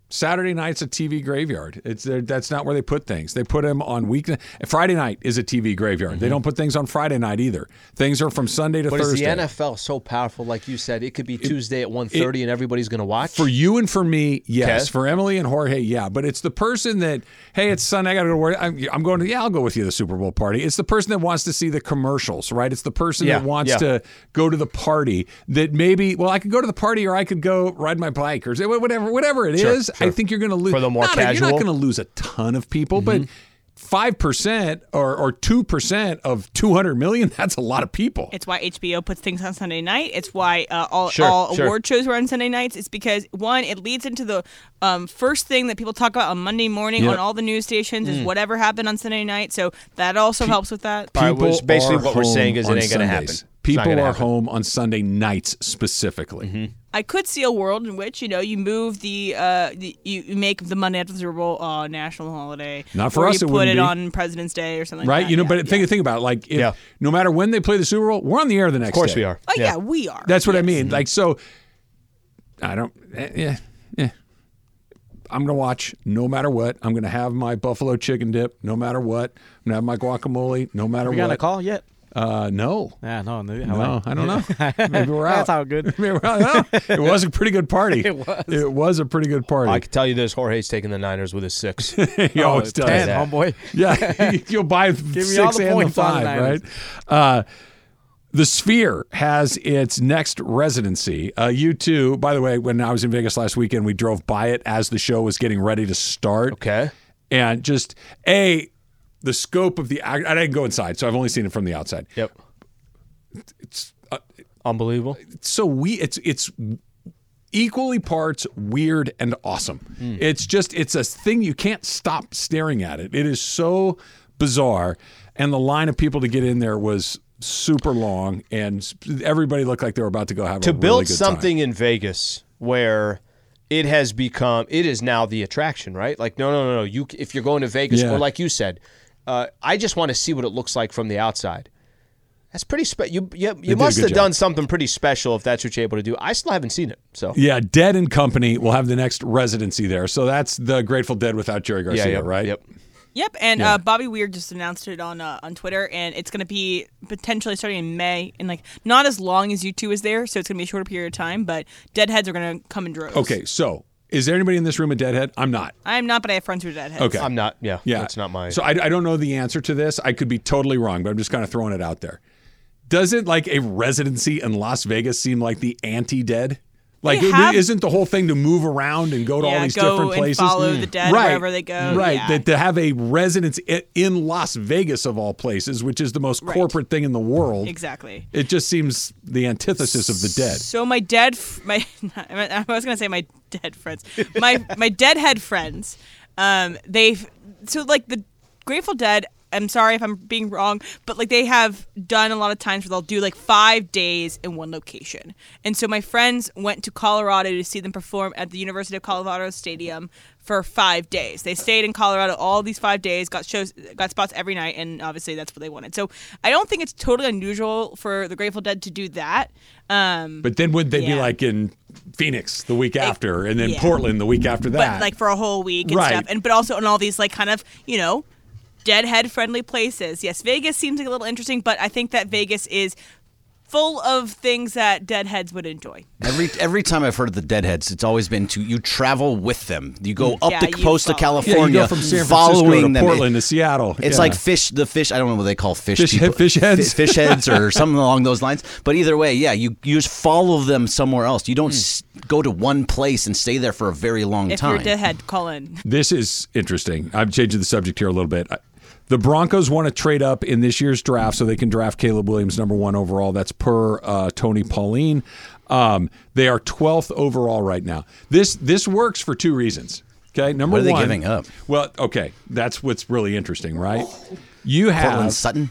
C: Saturday night's a TV graveyard. It's there- that's not where they put things. They put them on weekend. Friday night is a TV graveyard. They don't put things on Friday night either. Things are from Sunday to
A: Mm-hmm. But is
C: Thursday.
A: the NFL so powerful? Like you said, it could be Tuesday at 1.30 and everybody's going to watch.
C: For you and for me, yes.
A: Okay.
C: For Emily and Jorge, yeah. But it's the person that, hey, it's Sunday, I got to go to work. I'm, I'm going to, yeah, I'll go with you to the Super Bowl party. It's the person that wants to see the commercials, right? It's the person
J: Yeah,
C: that wants
J: yeah.
C: to go to the party that maybe, well, I could go to the party or I could go ride my bike or whatever, whatever it is.
J: Sure, sure.
C: I think you're going to lose.
J: For the more
C: not a- You're not
J: casual. Mm-hmm.
C: going to lose a ton of people, but. 5% or, or 2% of 200 million, that's a lot of people.
B: It's why HBO puts things on Sunday night. It's why uh, all,
C: Sure,
B: all
C: sure.
B: award shows were on Sunday nights. It's because one, it leads into the um, first thing that people talk about on Monday morning
C: Yep.
B: on all the news stations is
C: Mm.
B: whatever happened on Sunday night. So that also helps with that.
A: All right, well, basically
C: are
A: what we're saying is it
C: home on
A: ain't gonna happen. It's
C: Sundays.
A: not
C: People
A: gonna
C: are
A: happen. Mm-hmm.
C: home on Sunday nights specifically.
B: I could see a world in which you know you move the, uh, the you you make the Monday after the Super Bowl uh, national holiday.
C: Not for
B: or
C: us,
B: You
C: it
B: put
C: wouldn't
B: it
C: be.
B: on President's Day or something.
C: right?
B: Like that.
C: you know, but think think about it. Like, if, no matter when they play the Super Bowl, we're on the air the next. Of
A: course we are. Mm-hmm.
B: Oh yeah. we are.
C: That's what I mean. Like, so I don't. eh, Yeah, yeah. I'm gonna watch no matter what. I'm gonna have my buffalo chicken dip no matter what. I'm gonna have my guacamole no matter
H: We
C: what.
H: got a call yet?
C: Uh, no.
H: Yeah, no, no,
C: No, I don't know. Maybe we're
H: That's
C: out.
H: how good.
C: Maybe we're out. No, It was a pretty good party.
H: It was.
C: It was a pretty good party.
A: I can tell you this, Jorge's taking the Niners with a six.
C: he
A: Oh,
C: always does.
A: that.
C: Yeah, you'll buy
A: me
C: six
A: all the
C: and
A: points
C: the
A: on the
C: five,
A: Niners.
C: right? Uh, the Sphere has its next residency. Uh, you two, by the way, when I was in Vegas last weekend, we drove by it as the show was getting ready to start.
A: Okay,
C: and just a the scope of the. I, I didn't go inside, so I've only seen it from the outside.
A: Yep,
C: it's
A: uh, unbelievable.
C: so we it's it's equally parts weird and awesome.
A: Hmm.
C: It's just it's a thing you can't stop staring at it. It is so bizarre, and the line of people to get in there was super long, and s- everybody looked like they were about to go have
A: to
C: a
A: build
C: really good time.
A: something in Vegas where it has become it is now the attraction, right? Like no, no, no, no. You if you're going to Vegas
C: Yeah.
A: or like you said, uh, I just want to see what it looks like from the outside. That's pretty special. You you,
C: did a
A: you must
C: good
A: have
C: job.
A: done something pretty special if that's what you're able to do. I still haven't seen it, so
C: Yeah, Dead and Company will have the next residency there. So that's the Grateful Dead without Jerry
A: Yeah,
C: Garcia,
A: yep,
C: right?
A: Yep.
B: Yep, and
C: Yeah.
B: uh, Bobby Weir just announced it on uh, on Twitter, and it's going to be potentially starting in May, and like not as long as U two is there, so it's going to be a shorter period of time. But Deadheads are going to come in droves.
C: Okay, so is there anybody in this room a Deadhead? I'm not.
B: I am not, but I have friends who are Deadheads.
C: Okay.
A: I'm not. Yeah,
C: Yeah.
A: that's not my.
C: So I, I don't know the answer to this. I could be totally wrong, but I'm just kind of throwing it out there. Doesn't like a residency in Las Vegas seem like the anti dead? Like,
B: They
C: it-
B: have-
C: isn't the whole thing to move around and go to all
B: Yeah,
C: these
B: go
C: different
B: and
C: places? Mm.
B: follow the dead
C: right.
B: wherever they go.
C: Right.
B: Yeah.
C: That to have a residence i- in Las Vegas of all places, which is the most corporate thing in the world.
B: Exactly.
C: It just seems the antithesis of the dead.
B: So my dead, f- my I was gonna say my dead friends, my my deadhead friends, um, they've so like the Grateful Dead. I'm sorry if I'm being wrong, but like they have done a lot of times where they'll do like five days in one location. And so my friends went to Colorado to see them perform at the University of Colorado Stadium for five days. They stayed in Colorado all these five days, got shows, got spots every night, and obviously that's what they wanted. So I don't think it's totally unusual for the Grateful Dead to do that. Um,
C: But then would they be
B: Yeah.
C: like in Phoenix the week after, and then
B: yeah.
C: Portland the week after that?
B: but like for a whole week and
C: Right.
B: stuff, and but also in all these like kind of you know deadhead friendly places. Yes, Vegas seems like a little interesting, but I think that Vegas is full of things that deadheads would enjoy.
K: Every every time I've heard of the Deadheads, it's always been to you travel with them. You go up
B: Yeah,
K: the
B: you
K: coast of
B: follow.
C: Yeah, you go
K: California,
C: from San Francisco
K: following
C: to
K: them.
C: Portland to Seattle.
K: It's
C: Yeah.
K: like fish. The fish. I don't know what they call fish.
C: Fish he-
K: people,
C: fish heads?
K: fi- fish heads, or something along those lines. But either way, yeah, you you just follow them somewhere else. You don't s- go to one place and stay there for a very long
B: Hmm. If
K: time.
B: you're a deadhead, call in.
C: This is interesting. I'm changing the subject here a little bit. I- The Broncos want to trade up in this year's draft so they can draft Caleb Williams number one overall. That's per uh, Tony Pauline. Um, they are 12th overall right now. This this works for two reasons. Okay, number
K: What are they
C: one,
K: giving up?
C: Well, okay, that's what's really interesting, right? You have
K: Cortland Sutton?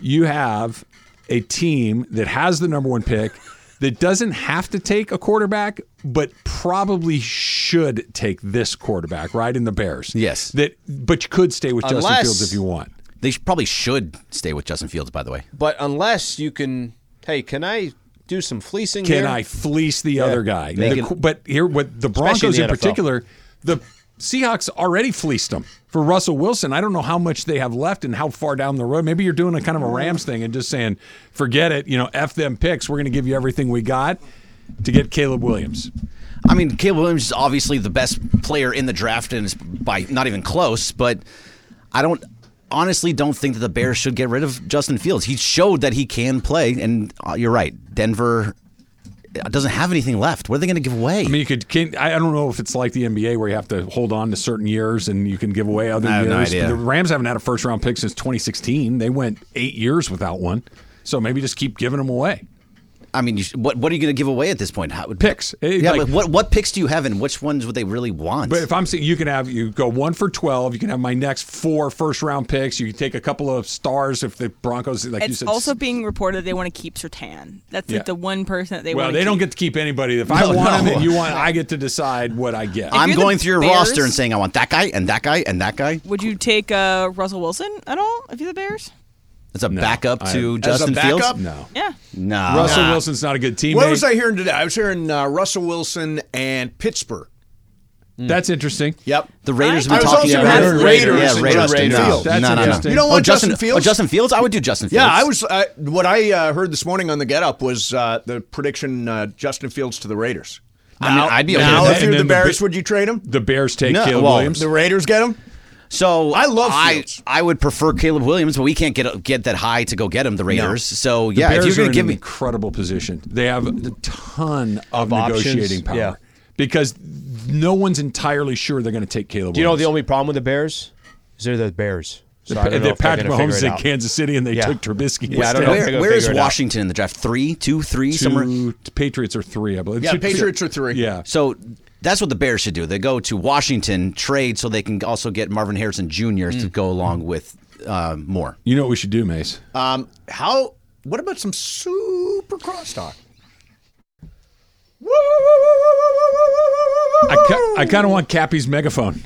C: You have a team that has the number one pick that doesn't have to take a quarterback, but probably should take this quarterback, right? In the Bears.
K: Yes.
C: That but you could stay with Justin
A: Unless-
C: Fields if you want.
K: They sh- probably should stay with Justin Fields, by the way.
A: But unless you can, hey, can I do some fleecing?
C: Can
A: here?
C: I fleece the other guy?
A: They
C: The
A: can-
C: qu- but here what the Broncos
A: the NFL.
C: in particular, the Seahawks already fleeced him for Russell Wilson. I don't know how much they have left and how far down the road. Maybe you're doing a kind of a Rams thing and just saying, forget it, you know, F them picks. We're gonna give you everything we got to get Caleb Williams.
K: I mean, Caleb Williams is obviously the best player in the draft, and it's by not even close. But I don't honestly don't think that the Bears should get rid of Justin Fields. He showed that he can play, and uh, you're right. Denver uh, doesn't have anything left. What are they going to give away?
C: I mean, you could. Can, I I don't know if it's like the NBA where you have to hold on to certain years and you can give away other
K: I have
C: years.
K: no idea.
C: The Rams haven't had a first round pick since 2016. They went eight years without one, so maybe just keep giving them away.
K: I mean, you sh- what what are you going to give away at this point? How,
C: Picks. It-
K: yeah,
C: like-
K: but what what picks do you have, and which ones would they really want?
C: But if I'm saying you can have you go one for 12, you can have my next four first round picks. You can take a couple of stars if the Broncos, like you
B: it's
C: said,
B: also being reported they want to keep Sertan. That's
C: Yeah.
B: like the one person that they
C: well,
B: want.
C: they don't get to keep anybody. If I
K: No,
C: want them
K: no.
C: and you want, I get to decide what I get.
K: I'm
B: you're the
K: going through your
B: Bears-
K: roster and saying I want that guy and that guy and that guy.
B: Would you take uh, Russell Wilson at all if you're the Bears?
K: As a backup to
C: I-
L: As a
K: Justin
L: backup? Ah.
K: Fields?
C: No.
B: Yeah.
K: No.
C: Russell Wilson's not a good teammate.
L: What was I hearing today? I was hearing uh, Russell Wilson and Pittsburgh.
A: Mm.
C: That's interesting.
L: Yep.
K: The Raiders
L: I
K: have been
L: was
K: talking
L: also
K: about
L: hearing
K: it.
L: Raiders
K: Yeah,
L: and
K: Raiders.
L: Justin
K: no,
L: Fields.
K: No,
L: That's
K: no, no.
L: interesting. You don't want
K: oh, Justin,
L: Justin Fields?
K: Oh, Justin Fields? I would do Justin Fields.
L: Yeah, I was. Uh, what I uh, heard this morning on the Get Up was uh, the prediction: uh, Justin Fields to the Raiders.
K: I mean, I'd be okay
L: now
K: with
L: if
K: that.
L: you're
K: And
L: the
K: then the
L: Bears,
K: Bi-
L: would you trade him?
C: The Bears take
K: No,
C: Caleb
K: well,
C: Williams.
L: The Raiders get him.
K: So
L: I love
K: I,
L: Fields.
K: I would prefer Caleb Williams, but we can't get get that high to go get him. The Raiders. So
C: The
K: yeah, if
C: Bears
K: you're
C: are
K: going
C: in
K: to give
C: an
K: me
C: incredible position. They have a ton
A: Of
C: of,
A: options,
C: negotiating power
A: yeah.
C: because no one's entirely sure they're going to take Caleb.
A: Do you know
C: Williams.
A: the only problem with the Bears is they're the Bears. So I don't know if they're
C: Patrick
A: gonna figure
C: Mahomes
A: it
C: is in
A: out.
C: Kansas City and they
A: Yeah.
C: took Trubisky.
A: Yeah, I don't know if they're
K: Where,
A: gonna
K: where
A: figure
K: is
A: it out.
K: Washington in the draft? Three, two, three,
C: Two-
K: somewhere.
C: Patriots are three, I believe.
K: Yeah,
C: Should-
K: Patriots
C: should-
K: are three.
C: Yeah.
K: So that's what the Bears should do. They go to Washington, trade, so they can also get Marvin Harrison Jr. to go along with uh, Moore.
C: You know what we should do, Mace?
L: Um, how? What about some super crosstalk?
C: I, ca- I kind of want Cappy's megaphone.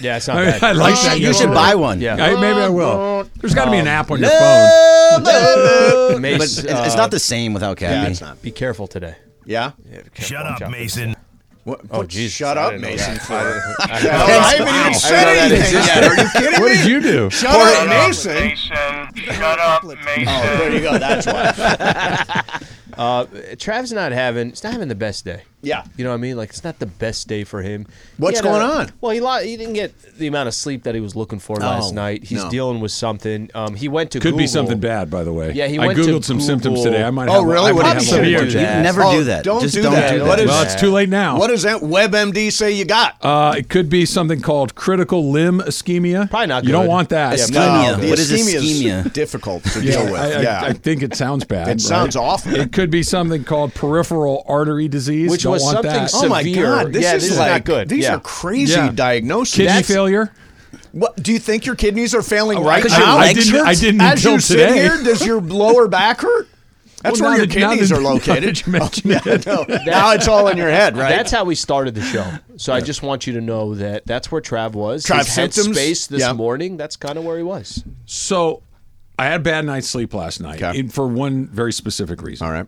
A: Yeah, it's not
C: I,
A: bad.
C: I like
A: You
C: that.
A: should- you should
C: idea.
A: buy one. Yeah.
C: I- maybe I will. There's got to be an
A: Um,
C: app on your phone.
K: But it's, it's not the same without Cappy.
A: uh, Yeah, it's not. Be careful today.
L: Yeah.
I: Shut up, Mason.
L: What?
A: Oh, Jesus.
L: Shut
A: I
L: up,
A: didn't know
L: Mason.
A: that.
L: For
A: I didn't- I didn't know
L: I haven't
A: that.
L: even
A: I didn't know
L: said
A: that
L: anything
A: existed.
L: yet. Are you kidding me?
C: What did you do?
L: Shut up, Mason.
E: Shut up, Mason.
L: Oh, there you go. That's why.
A: Uh, Trav's not having. It's not having the best day.
L: Yeah.
A: you know what I mean. Like it's not the best day for him. He
L: What's
A: had a-
L: going on?
A: Well, he lo- he didn't get the amount of sleep that he was looking for
K: Oh,
A: last night. He's
C: no.
A: dealing with something. Um, he went to
C: Could be
A: Google.
C: something bad, by the way.
A: Yeah, he
C: I
A: went to
C: googled some symptoms
A: Google.
C: today. I might.
A: Oh,
C: have,
A: really?
C: I
A: What
C: might
A: did
C: have
A: he
C: one
A: say?
C: here.
A: Don't do that.
K: You never
L: Oh,
K: do that.
L: Don't
K: Just
L: do
K: don't
L: that.
K: do
L: What
K: that.
L: is
C: Well, it's too late now.
L: What does that WebMD say you got?
C: Uh, it could be something called critical limb ischemia. Probably
A: not.
C: You don't
A: good.
C: want that.
A: Yeah,
L: No,
K: Ischemia.
L: the
K: What is
L: ischemia
K: ischemia?
L: difficult to
C: Yeah,
L: deal with.
C: I, I-
L: yeah.
C: I think it sounds bad.
L: It
C: right?
L: sounds awful.
C: It could be something called peripheral artery disease.
A: Which
C: Don't
A: was
C: want
A: something
C: that.
A: severe.
L: Oh my God! This
A: yeah,
L: is
A: this
L: like
A: is not good.
L: These
A: Yeah.
L: are crazy
C: Yeah.
L: diagnoses.
C: Kidney
L: That's-
C: failure.
L: What do you think your kidneys are failing
A: Oh,
L: right
C: 'Cause your
L: now?
C: I legs didn't- hurt? I didn't
L: As
C: until
L: you sit
C: today.
L: here, does your lower back hurt? That's
C: Well,
L: where
C: now
L: your
C: that- now
L: kidneys
C: that-
L: are
C: now
L: located.
C: that you mention
L: Oh, yeah,
C: it.
L: no. now it's all in your head, right?
A: That's how we started the show. So I just want you to know that that's where Trav was.
L: Trav
A: His head
L: symptoms?
A: space this
L: Yeah.
A: morning. That's kind of where he was.
L: Oh,
C: So I had a bad night's sleep last night and for one very specific reason. All right.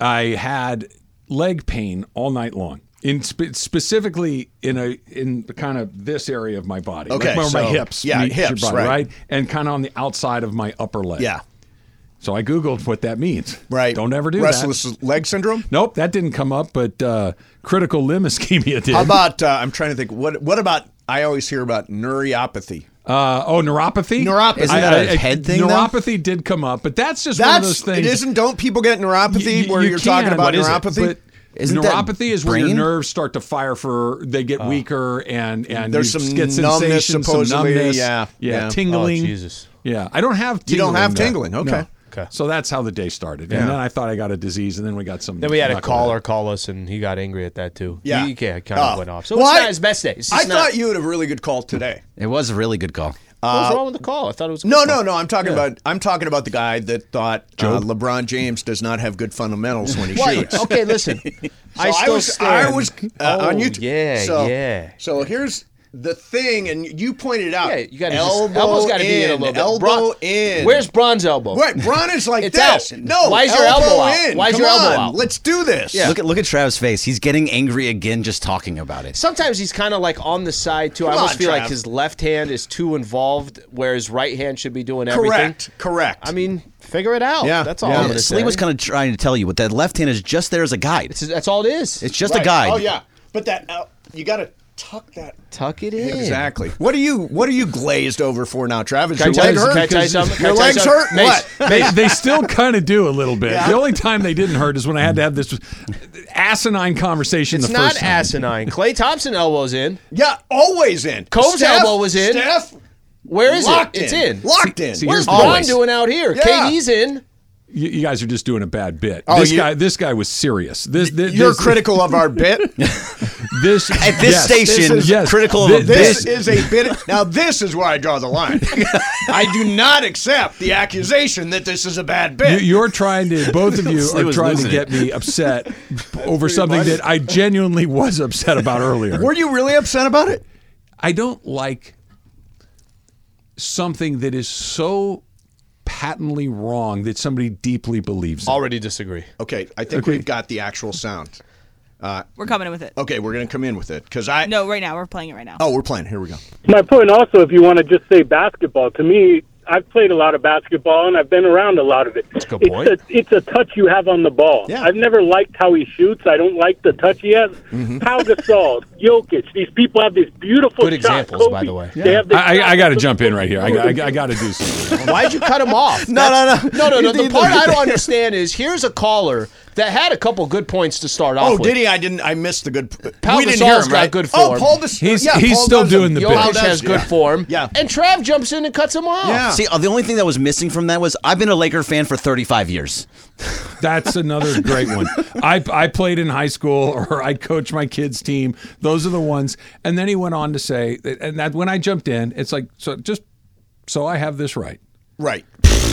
C: I had leg pain all night long. In spe- specifically in a in the kind of this area of my body, like
L: Okay,
C: where my
L: so-
C: hips,
L: yeah,
C: meet your
L: hips,
C: body,
L: right.
C: and kind of on the outside of my upper leg.
L: Yeah.
C: So I googled what that means.
L: Right.
C: Don't ever do
L: Restless
C: that.
L: leg syndrome.
C: Nope, that didn't come up, but uh, critical limb ischemia did.
L: How about uh, I'm trying to think. What what about? I always hear about neuropathy.
C: Uh, oh, neuropathy.
L: Neuropathy. Isn't that a
K: head thing, though?
C: Neuropathy did come up, but that's just one of those
L: That's
C: things.
L: it. Isn't don't people get neuropathy
C: You-
L: where
C: you
L: are talking
C: can,
L: about
C: but is it-
L: neuropathy?
C: but
K: Isn't that
C: neuropathy is where your
K: brain?
C: nerves start to fire for they get
A: Oh.
C: weaker and and
L: There's
C: you
L: some
C: get
L: numbness,
C: sensation,
L: supposedly,
C: some numbness,
L: yeah,
C: yeah,
L: yeah.
C: tingling.
A: Oh, Jesus.
C: Yeah, I don't have.
L: You
C: Tingling
L: don't have
C: though.
L: tingling, okay.
C: No.
A: Okay.
C: So that's how the day started,
L: Yeah.
C: and then I thought I got a disease, and then we got some.
A: Then we had a
C: knucklehead.
A: caller call us, and he got angry at that too.
L: Yeah.
A: he, kind of
L: Oh.
A: went off. So
L: Well,
A: it's
L: I-
A: not his best day. It's
L: I
A: just not-
L: thought you had a really good call today.
K: It was a really good call.
A: What was wrong with the call? I thought it was a
L: No,
A: good
L: no,
A: call.
L: no. I'm talking
A: Yeah.
L: about I'm talking about the guy that thought uh,
C: Job?
L: LeBron James does not have good fundamentals when he
A: Why-
L: shoots.
A: Okay, listen. I
L: So
A: still
L: was
A: stand.
L: I was uh,
A: oh,
L: on YouTube.
A: Yeah,
L: so,
A: yeah.
L: So here's the thing, and you pointed out.
A: Yeah, you got to
L: elbow
A: elbow's got to be in a little bit.
L: Elbow
A: Bron-
L: in.
A: Where's Bron's elbow?
L: Right, Bron is like
A: It's
L: this.
A: out.
L: No,
A: Why is your elbow out?
L: in.
A: Why is
L: Come
A: your elbow
L: on,
A: out?
L: Let's do this.
K: Look at look at Trav's face. He's getting angry again just talking about it.
A: Sometimes he's kind of like on the side too. I
L: Come
A: almost
L: on,
A: feel like
L: Trav.
A: his left hand is too involved, where his right hand should be doing everything.
L: correct, correct.
A: I mean, figure it out.
L: Yeah,
A: that's all.
L: yeah.
A: I'm
K: Yeah,
A: gonna
K: Slee
A: say.
K: was kind of trying to tell you, but that left hand is just there as a guide. It's,
A: That's all it is.
K: it's just a
L: Right.
K: guide.
L: Oh yeah, but that el- you got to tuck that.
A: Tuck it in.
L: Exactly. What are you What are you glazed over for now, Travis?
A: Can I
L: Your
A: tell
L: leg
A: you-
L: hurt?
A: can I tell you
L: 'Cause
A: something? Can I
L: Your
A: tell you
L: legs
A: something?
L: hurt.
A: Mace,
L: What?
C: They, they still kind of do a little bit. The only time they didn't hurt is when I had to have this asinine conversation.
A: It's
C: the
A: not
C: first time.
A: asinine. Clay Thompson elbows in.
L: Yeah, always in.
A: Combs'
L: Steph-
A: elbow was in.
L: Steph,
A: Where is
L: locked
A: it? It's
L: in.
A: in.
L: Locked in.
C: see,
A: Where's
C: here's
A: Bron
C: always.
A: doing out here?
L: Yeah.
A: KD's in.
C: You, you guys are just doing a bad bit.
L: Oh,
C: this
L: you-
C: guy, this guy was serious. This, this
L: You're
C: this-
L: critical of our bit.
C: This
K: At this
C: yes.
K: station,
C: This is- yes.
K: critical
C: Thi-
K: of
L: This
K: this.
L: is a bit. Now, this is where I draw the line. I do not accept the accusation that this is a bad bit.
C: You, you're trying to both of you
K: Slee
C: are
K: was
C: trying to
K: losing
C: get
K: it.
C: me upset over something
L: much.
C: that I genuinely was upset about earlier.
L: Were you really upset about it?
C: I don't like something that is so patently wrong that somebody deeply believes. It.
A: Already disagree.
L: Okay, I think
C: Okay.
L: we've got the actual sound.
B: We're coming in with it.
L: Okay, we're gonna come in with it because I.
B: No, right now we're playing it right now.
L: Oh, we're playing. Here we go.
M: My point also, if you want to just say basketball, to me, I've played a lot of basketball and I've been around a lot of it. That's a
A: good
M: point. It's a, it's a touch you have on the ball. I've never liked how he shoots. I don't like the touch he has. Pau Gasol, Jokic, these people have these beautiful
C: Good
M: shots.
C: examples, by
M: Kobe,
C: the way.
M: They have these
C: I, I, I got to jump in right here. I, I, I got to do something.
A: Why'd you cut him off?
K: No,
A: That's-
K: no, no.
A: no, no, no.
K: You
A: The
K: did
A: part
K: the-
A: I don't understand is here's a caller that had a couple good points to start off.
L: Oh,
A: with.
L: did he? I didn't. I missed the good.
A: Pau
L: we didn't
A: Gasol's
L: hear him,
A: got
L: right?
A: good
L: Oh,
A: form.
L: Paul Gas-
K: He's-
L: yeah,
K: he's
L: Paul
K: still
L: does
K: doing
L: it.
K: the
L: Paul
K: bit.
L: does,
A: has good
L: yeah.
A: form. Yeah. And Trav jumps in and cuts him off.
K: See, uh, the only thing that was missing from that was I've been a Laker fan for 35 years.
C: That's another great one. I, I played in high school or I coached my kids' team. Those are the ones. And then he went on to say, and that when I jumped in, it's like, so just so I have this right.
L: Right.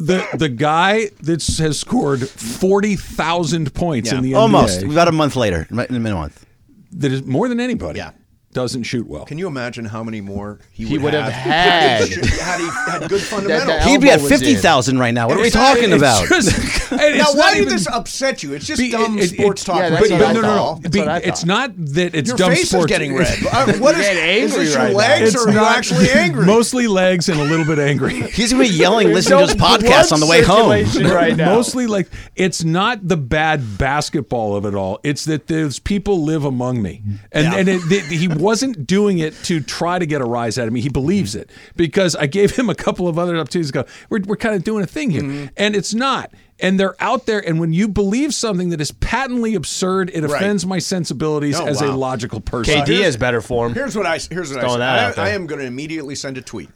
C: The the guy that has scored 40,000 points in the NBA.
K: Almost. About a month later, right in a month.
C: That is more than anybody. Yeah. Doesn't shoot well.
L: Can you imagine how many more he,
C: He
L: would
C: would have
L: had?
C: had.
L: had he had good fundamentals.
K: He'd be at 50,000 right now. What are we
L: It's-
K: talking
L: it's
K: about?
C: just- and
L: now,
C: it's
L: why
C: not
L: did
C: even-
L: this upset you? It's just
C: Be-
L: dumb
C: it- it-
L: sports talk.
C: Yeah,
L: right
C: but,
L: now.
C: but no, no, no. Be- it's not that it's
L: Your
C: dumb
L: face is
C: sports.
L: getting red. Uh, what is- is this your legs or are
C: It's
L: you
C: not-
L: actually angry?
C: Mostly legs and a little bit angry.
K: He's gonna be yelling, listening to his podcast on the way home. right now.
C: Mostly like it's not the bad basketball of it all. It's that those people live among me, and and it, th- he wasn't doing it to try to get a rise out of me. He believes it because I gave him a couple of other opportunities. to Go, we're we're kind of doing a thing here, and it's not. And they're out there, and when you believe something that is patently absurd, it
L: Right.
C: offends my sensibilities
L: Oh,
C: as a
L: wow.
C: logical person.
L: KD Here's- has
A: better form.
L: Here's what I here's what I,
C: Throwing
L: say.
C: that out
L: I,
C: there.
L: I am going to immediately send a tweet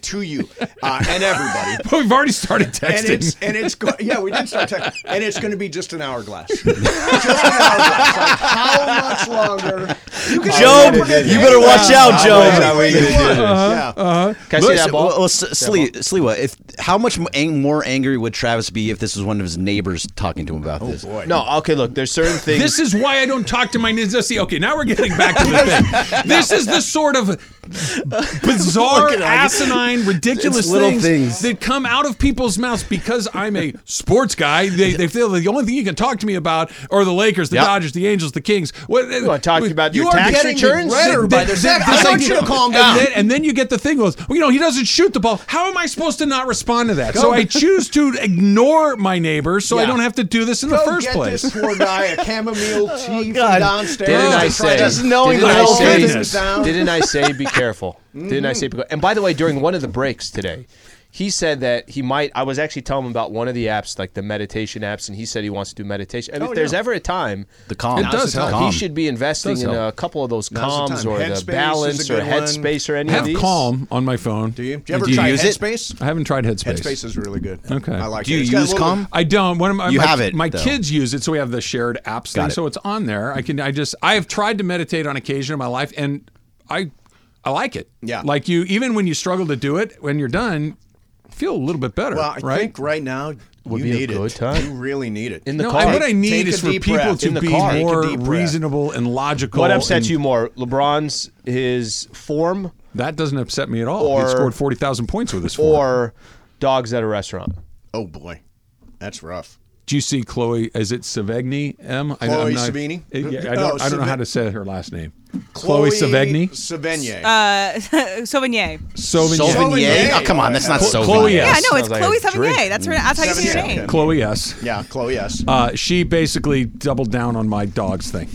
L: to you uh, and everybody.
C: We've already started texting.
L: And it's and it's go- yeah we did start texting and it's going to be just an hourglass. just an hourglass. Like, how much longer? You can
K: Job,
L: never get
K: you better
L: any-
K: watch out,
L: Uh,
K: Job.
L: any way you want. Yeah.
A: Can I see that ball?
K: Well, well, S-
A: That
K: Slee- Sliwa, if how much mo- ang- more angry would Travis be if this was one of his neighbors talking to him
L: Oh,
K: about this?
A: No, okay, look, there's certain things.
C: This is why I don't talk to my ninja. See, okay, now we're getting back to the thing. This is the sort of bizarre,
K: Look at that.
C: asinine, ridiculous
K: It's little
C: things that come out of people's mouths because I'm a sports guy. They, they feel that the only thing you can talk to me about are the Lakers, the
A: Yep.
C: Dodgers, the Angels, the Kings. What, you
A: want to talk to you about your
C: are
A: tax
C: getting
A: returns?
C: redder by
A: Th-
C: this-
A: th-
C: this
A: I want
C: idea.
A: you to calm
C: And
A: down.
C: then- And then you get the thing goes, well, you know, he doesn't shoot the ball. How am I supposed to not respond to that?
L: Go-
C: So I choose to ignore my neighbor so I
L: Yeah.
C: don't have to do this in the
L: Go
C: first
L: get
C: place.
L: This poor guy a chamomile tea from downstairs.
A: Didn't I
L: Just
A: say?
L: try to-
A: didn't I
L: whole
A: say-
L: business down.
A: Didn't I say be careful? Didn't I say? Be, and by the way, during one of the breaks today, he said that he might. I was actually telling him about one of the apps, like the meditation apps, and he said he wants to do meditation. And
L: Oh,
A: if there's
L: yeah.
A: ever a time,
K: The calm. It
A: now's
K: does
A: the time.
K: help.
A: He
K: Calm.
A: should be investing
K: Does
A: in a
K: help.
A: couple of those
L: Now's the
A: calms
L: time.
A: or
L: Headspace is
A: the
L: a
A: balance or
L: good one.
A: headspace or any
C: have
A: of these.
C: Calm on my phone. Do
L: you? Do you ever try Headspace?
C: I haven't tried Headspace.
L: Headspace is really good.
C: Okay.
L: I like
K: Do
L: it.
K: you
L: It's got a
K: use
L: little-
K: Calm?
C: I don't. One of my,
K: You
C: my,
K: have it,
C: My
K: though.
C: kids use it, so we have the shared apps
K: Got
C: thing.
K: it.
C: So it's on there. I can. I just. I have tried to meditate on occasion in my life, and I, I like it.
L: Yeah.
C: Like you, even when you struggle to do it, when you're done, you feel a little bit better.
L: Well, I
C: right.
L: think right now
A: Would
L: you
A: be a
L: need
A: good
L: it.
A: time.
L: You really need it.
A: In the
C: no,
A: car.
C: I, what I
A: Take-
C: need
L: take
C: is
L: a
C: for
L: deep
C: people
L: breath.
C: to
L: In the
C: be
L: car. Take a
C: more
L: deep breath.
C: reasonable and logical.
A: What upsets
C: and-
A: you more, LeBron's his form
C: That doesn't upset me at all.
A: Or-
C: he scored forty thousand points with this. Or
A: or dogs at a restaurant?
L: Oh boy, that's rough.
C: do you see Chloe? Is it Savegni? M. I- I'm
L: Chloe
C: not-
L: Savini?
C: Uh, yeah, I
L: No,
C: don't. I don't know
L: Save-
C: how to say her last name. Chloe, Savegni.
L: Sevigny.
B: Uh, Sauvignon.
C: Sauvignon.
K: Sauvignon? Oh, come on, that's not
C: Chlo-
K: Sauvignon.
C: Chloe S.
B: Yeah, no, it's
C: Sounds like
B: Chloe
C: a drink.
B: Sauvignon. That's her. That's how you say her name.
C: Chloe S.
L: yeah, Chloe. Yes.
C: Uh, she basically doubled down on my dogs thing.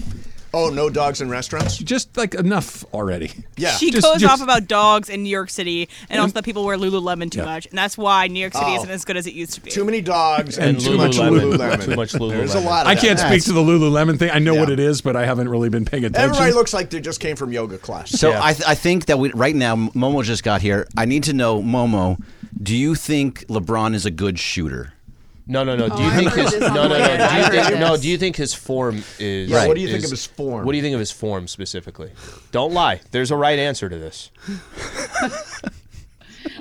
L: Oh, no dogs in restaurants.
C: Just like enough already.
L: Yeah.
B: She
C: Just-
B: goes
C: just-
B: off about dogs in New York City, and also that people wear Lululemon too
C: Yeah.
B: much, and that's why New York City
L: Oh.
B: isn't as good as it used to be.
L: Too many dogs and,
C: And
L: too
C: Lululemon.
L: much
C: Lulu-
L: Lululemon.
A: too much
L: There's a
A: Lululemon.
L: lot. Of
C: I
L: that.
C: can't speak
L: That's-
C: to the Lululemon thing. I know what it is, but I haven't really been paying attention.
L: Everybody looks like they just came from yoga class.
K: So I, th- I think that we, right now, Momo just got here. I need to know, Momo, do you think LeBron is a good shooter?
A: No, no, no. Do you
F: I
A: think
F: heard
A: his
F: this
A: no, no, no?
F: somewhere.
A: Do
F: I
A: you
F: heard
A: think no?
F: this.
A: Do you think his form is?
L: Yeah, what do you think
A: is-
L: of his form?
A: What do you think of his form specifically? Don't lie. There's a right answer to this.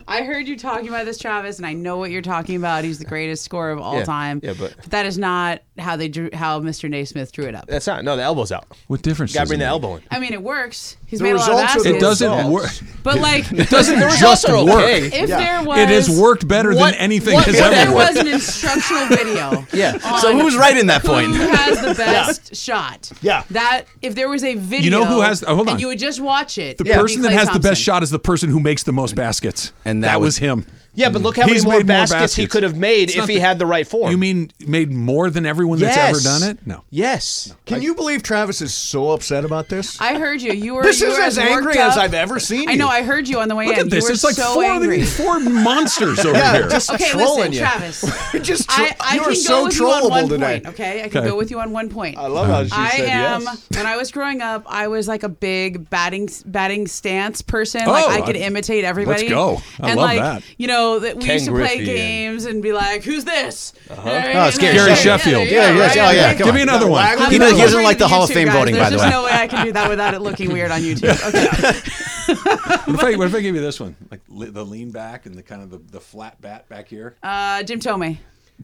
N: I heard you talking about this, Travis, and I know what you're talking about. He's the greatest scorer of all
A: Yeah.
N: time.
A: Yeah, but-
N: that is not how they drew, how Mr. Naismith drew it up.
A: That's not. No, the elbow's out.
C: What difference?
A: Got to
C: does
A: bring
C: it
A: the
C: make?
A: elbow in.
N: I mean, it works. He's
L: The
N: made a lot of
L: results are
N: baskets.
L: the
C: It doesn't work.
N: But like,
C: It doesn't
N: the results
C: just
N: are
C: work.
N: okay. If there was,
C: it has worked better
N: What-
C: than anything
N: what-
C: has
N: if
C: ever
N: there
C: worked.
N: was an instructional video.
K: Yeah.
N: on
K: So who's right in that point?
N: Who has the best shot?
K: Yeah.
N: That if there was a video,
C: You know who has- oh, hold on.
N: And you would just watch it.
C: The
N: it would be
C: person that
N: Klay
C: has the best
N: Thompson.
C: shot is the person who makes the most baskets, and that, was, him.
A: Yeah, but look how
C: He's
A: many more
C: made
A: baskets, he could have made
C: It's
A: if
C: not
A: he
C: the-
A: had the right form.
C: You mean made more than everyone that's ever
A: Yes.
C: done it? No.
A: Yes.
L: Can you believe Travis is so upset about this?
N: I heard you. You were.
L: This
N: you
L: is
N: were
L: as
N: worked
L: angry
N: up.
L: as I've ever seen
N: I know.
L: you.
N: I heard you on the way
L: Look
N: in.
L: at this.
N: You were
L: It's like
N: so
L: four of
N: angry.
L: these
C: Four monsters over
L: Yeah,
C: here.
L: just
N: okay,
L: trolling
N: listen,
L: you.
N: Travis.
L: just
N: I, I
L: you
N: can
L: are so
N: go with you on
L: trollable
N: one
L: today.
N: point. Okay, I can
L: Okay.
N: go with you on one
C: Uh.
N: point. I
L: love how she
N: I
L: said
N: am.
L: yes.
N: When I was growing up, I was like a big batting batting stance person. like
C: Oh,
N: I could
C: I-
N: imitate everybody.
C: let's go. I
N: and
C: love
N: like,
C: that.
N: You know that we
C: Ken
N: used to
C: Griffey
N: play
C: and-
N: games and be like, "Who's this?"
C: Uh-huh.
N: Right?
C: Oh, it's
N: And
C: Gary
N: like-
C: Sheffield.
N: Yeah,
C: Yeah,
N: yeah,
C: yes,
N: right,
C: oh, yeah,
N: right.
C: come Give me on. another one.
N: I'm
C: He
N: not
C: doesn't
N: afraid
C: like
N: of
C: the Hall of
N: YouTube,
C: Fame
N: guys.
C: voting, by
N: There's
C: the
N: just
C: way.
N: no way I can do that without it looking weird on YouTube. Okay.
C: What if, I, what if I give you this one? Like li- the lean back and the kind of the, the flat bat back here.
N: Uh, Jim Tomei.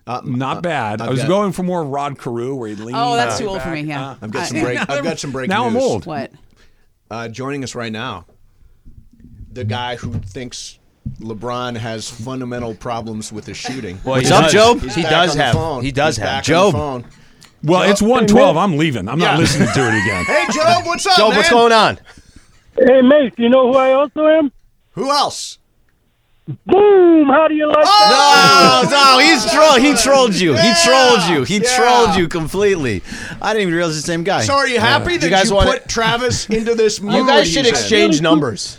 L: Uh,
C: Not bad. I was
L: got-
C: going for more Rod Carew, where he leans.
N: Oh, that's
C: back.
N: too old for me. Yeah.
C: Uh,
L: I've got some
N: I-
L: break. I've got some breaking
C: Now I'm
L: news.
C: old.
N: What?
L: Uh, joining us right now, the guy who thinks LeBron has fundamental problems with his shooting.
A: Well, What's he up, does. Job?
L: He's
A: He
L: back
A: does
L: on the
A: have-
L: phone.
A: he does
L: He's
A: have.
L: back on
A: Job.
L: the phone.
C: Well, it's one twelve. I'm leaving. I'm not
L: Yeah.
C: listening to it again.
L: Hey, Job, what's up, man?
A: on?
E: Hey, mate, you know who I also am?
L: Who else?
E: Boom! How do you like
N: Oh,
K: No,
E: that?
K: no, he's troll. He trolled you. He trolled you. He
L: Yeah.
K: trolled you completely. I didn't even realize it's the same guy.
L: So are you happy
K: Yeah.
L: that you,
K: wanna-
L: put Travis into this mood?
K: guys should
L: he's in?
K: exchange
A: numbers.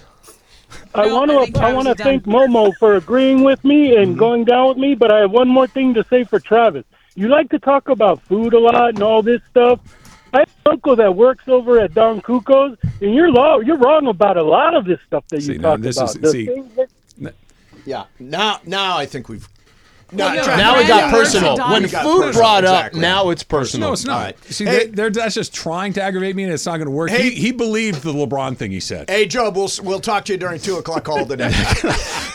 E: I want to I want to thank Momo for agreeing with me
L: Mm-hmm.
E: and going down with me, but I have one more thing to say for Travis. You like to talk about food a lot and all this stuff. I have an uncle that works over at Don Cuco's, and you're lo- you're wrong about a lot of this stuff that you
C: now
E: talk
C: this
E: about.
C: is-
E: The
C: see-
E: things that-
L: Yeah. Now, now I think we've.
A: Well,
L: No,
A: no,
L: Travis-
A: now it got personal.
L: Donald.
A: When
L: We got
A: food
L: personal,
A: brought up,
L: exactly.
A: now it's personal.
C: No, it's not. See,
L: Hey-
C: they, are that's just trying to aggravate me, and it's not going to work.
L: Hey-
C: he, he believed the LeBron thing he said.
L: Hey, Job, we'll we'll talk to you during two o'clock call today.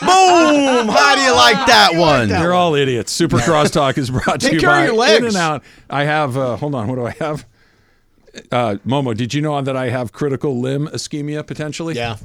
K: Boom! How do you like that one?
C: You're all idiots. Super Crosstalk is brought to
L: Take
C: you
L: care of
C: by
L: your legs.
C: In and Out. I have. Uh, hold on. What do I have? Uh, Momo, did you know that I have critical limb ischemia potentially? Yeah.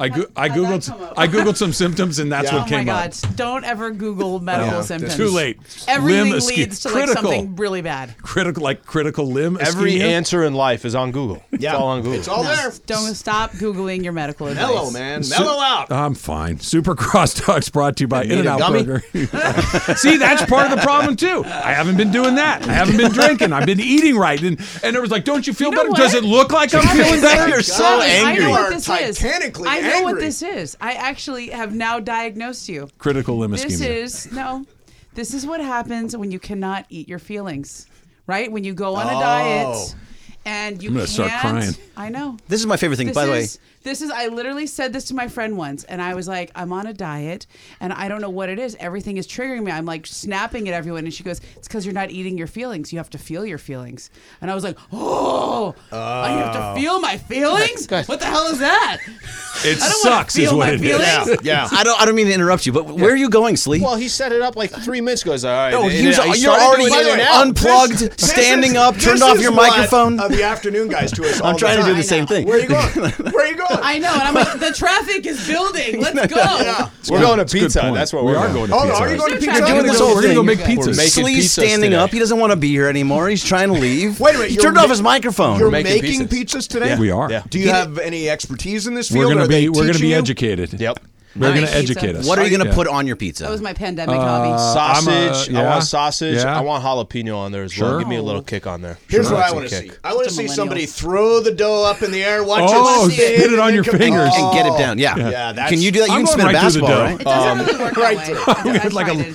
C: I, go- I googled I googled some symptoms and that's
N: oh
C: what
N: my
C: came
N: God!
C: up.
N: Don't ever Google medical
C: Yeah.
N: symptoms.
C: It's too late.
N: Everything
C: Limb ischem-
N: leads to like
C: critical.
N: something really bad.
C: Critical like critical limb.
A: Every
C: ischemia?
A: answer in life is on Google. Yeah. It's all on Google.
N: No, Don't stop googling your medical advice.
L: Mellow, man.
C: Su-
L: Mellow out.
C: I'm fine. Super Crosstalk's brought to you by
L: need a
C: In-N-Out
L: gummy?
C: Burger. See, that's part of the problem too. I haven't been doing that. I haven't been drinking. I've been eating right. And and it was like, don't you feel better? Does it look like I'm feeling better?
N: Travis, I know
L: You are
N: what this is.
L: titanically
N: I know what
L: angry.
N: this is. I actually have now diagnosed you.
C: Critical limb
N: This
C: ischemia.
N: is no. This is what happens when you cannot eat your feelings, right? When you go on a
K: Oh.
N: diet and you
K: I'm
N: can't.
K: gonna start crying.
N: I know.
K: This is my favorite thing,
N: This
K: by the way.
N: is- This is I literally said this to my friend once and I was like, I'm on a diet and I don't know what it is. Everything is triggering me. I'm like snapping at everyone and she goes, It's because you're not eating your feelings. You have to feel your feelings. And I was like, Oh, I have
L: Oh.
N: to feel my feelings? What the hell is that?
C: It
N: I don't wanna sucks is feel what my it is. feelings.
L: Yeah.
K: I don't. I don't mean to interrupt you, but where are you going, Sleep?
A: Well, he set it up like three minutes ago. He's like, all right.
K: No,
A: and-
K: he was-
A: and he
K: you're
A: started
K: already
A: doing it
K: either
A: now.
K: unplugged, standing up, turned off your microphone.
L: Of the afternoon guys to us. All
K: I'm trying
L: the
K: to do
L: time.
K: the same thing.
L: Where are you going? Where are you going?
N: I know, and I'm like, the traffic is building. Let's go.
A: We're
C: Yeah,
A: going to
C: it's a good
A: pizza.
C: point.
A: That's what
C: We
A: we're
C: are
L: Oh,
C: going to Hold on, Pizza are you Hut. going to Pizza Hut?
K: You're doing this
C: We're
K: whole
C: gonna
K: thing.
C: go make pizzas.
A: Making
K: Slee's
A: pizzas
K: standing
A: today.
K: up. He doesn't want to be here anymore. He's trying to leave.
L: Wait a minute.
K: He
L: you're
K: turned
L: ma-
K: off his microphone.
L: You're making pizzas, today.
C: Yeah, we are. Yeah.
L: Do you have any expertise in this
C: We're
L: field?
C: gonna
L: Are they
C: be we're gonna
L: teaching
C: be
L: you?
C: educated.
A: Yep.
C: They're
N: I
C: gonna
N: like pizza.
C: educate us.
K: What are you going to
C: Yeah.
K: put on your pizza?
N: That was my pandemic
C: Uh,
N: hobby.
C: I'm a-
A: Sausage. I
C: yeah,
A: want sausage.
C: yeah.
A: I want jalapeno on there as well.
C: Sure.
A: Give me a little kick on there.
L: Here's
A: Sure.
L: what I
A: Some
L: want to see.
A: kick.
L: I want to
N: Just a
L: see
N: millennial.
L: somebody throw the dough up in the air, watch
C: Oh,
L: it spin,
C: get it on
L: and
C: your
L: then come-
C: fingers.
L: Oh.
K: and get it down. Yeah.
L: Yeah, that's-
K: Can you do that? You
C: I'm
K: can
C: going
K: spin a
C: right through the
K: basketball,
C: dough.
K: right?
N: It doesn't really work that way. I tried it.
C: like
N: It
C: a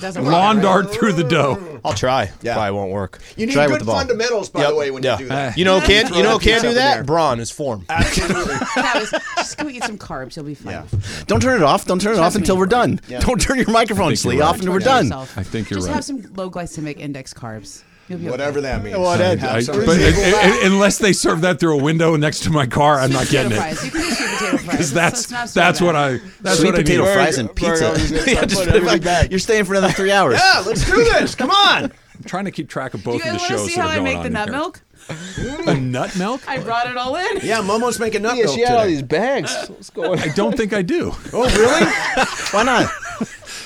N: doesn't work that
C: um, lawn
N: way.
C: dart through the dough.
A: I'll try. Probably won't work.
L: You need
A: Try with
L: good
A: the ball.
L: fundamentals, by
A: Yep.
L: the way, when
A: Yeah.
L: you do that.
A: You know, who can
L: Throw
A: you know, who
L: that
A: can
L: pizza
A: do
L: up in
A: that.
L: there.
A: Braun is form.
L: Absolutely.
N: Travis, just go eat some carbs. You'll be fine.
K: Don't turn it off. Don't turn it off
N: Trust me.
K: until we're done. Don't turn your microphone,
C: think you're
K: Slee,
C: right.
K: off until we're
N: Torture
K: done.
N: yourself.
C: I think you're
N: just
C: right.
N: have some low glycemic index carbs. You'll be
L: Whatever
N: okay.
L: that means.
C: I-
L: Have
C: I-
L: something
C: but uh,
L: to
C: it-
L: pull
C: it-
L: out.
C: unless they serve that through a window next to my car, I'm not getting it.
N: Surprise. You can do sweet potato fries.
C: Because
N: It's-
C: that's
N: it's not so
C: that's
N: bad.
C: what I that's
K: Sweet
C: what I
K: potato
C: need.
K: fries and pizza. Yeah, just put it back. You're staying for another three hours.
L: Yeah, let's do this. Come on.
C: I'm trying to keep track of
N: Do
C: both
N: you
C: of the
N: guys want to
C: shows.
N: see
C: that
N: how
C: are
N: I
C: going
N: make
C: on
N: the
C: in
N: nut
C: here.
N: milk?
K: Oh,
C: A nut milk?
N: I brought it all in.
L: Yeah, Momo's making nut
A: Yeah,
L: milk
A: she had all
L: today.
A: these bags. What's going
C: I don't think I do.
L: Oh, really?
K: Why not?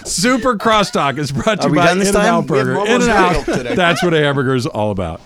C: Super Crosstalk is brought to
K: Are
C: you
K: we
C: by
K: done
C: In
K: this
C: and
K: time?
C: Out
K: We have
C: Burger.
K: Momo's
C: In and
K: Bagel
C: Out.
K: today.
C: That's what a hamburger is all about.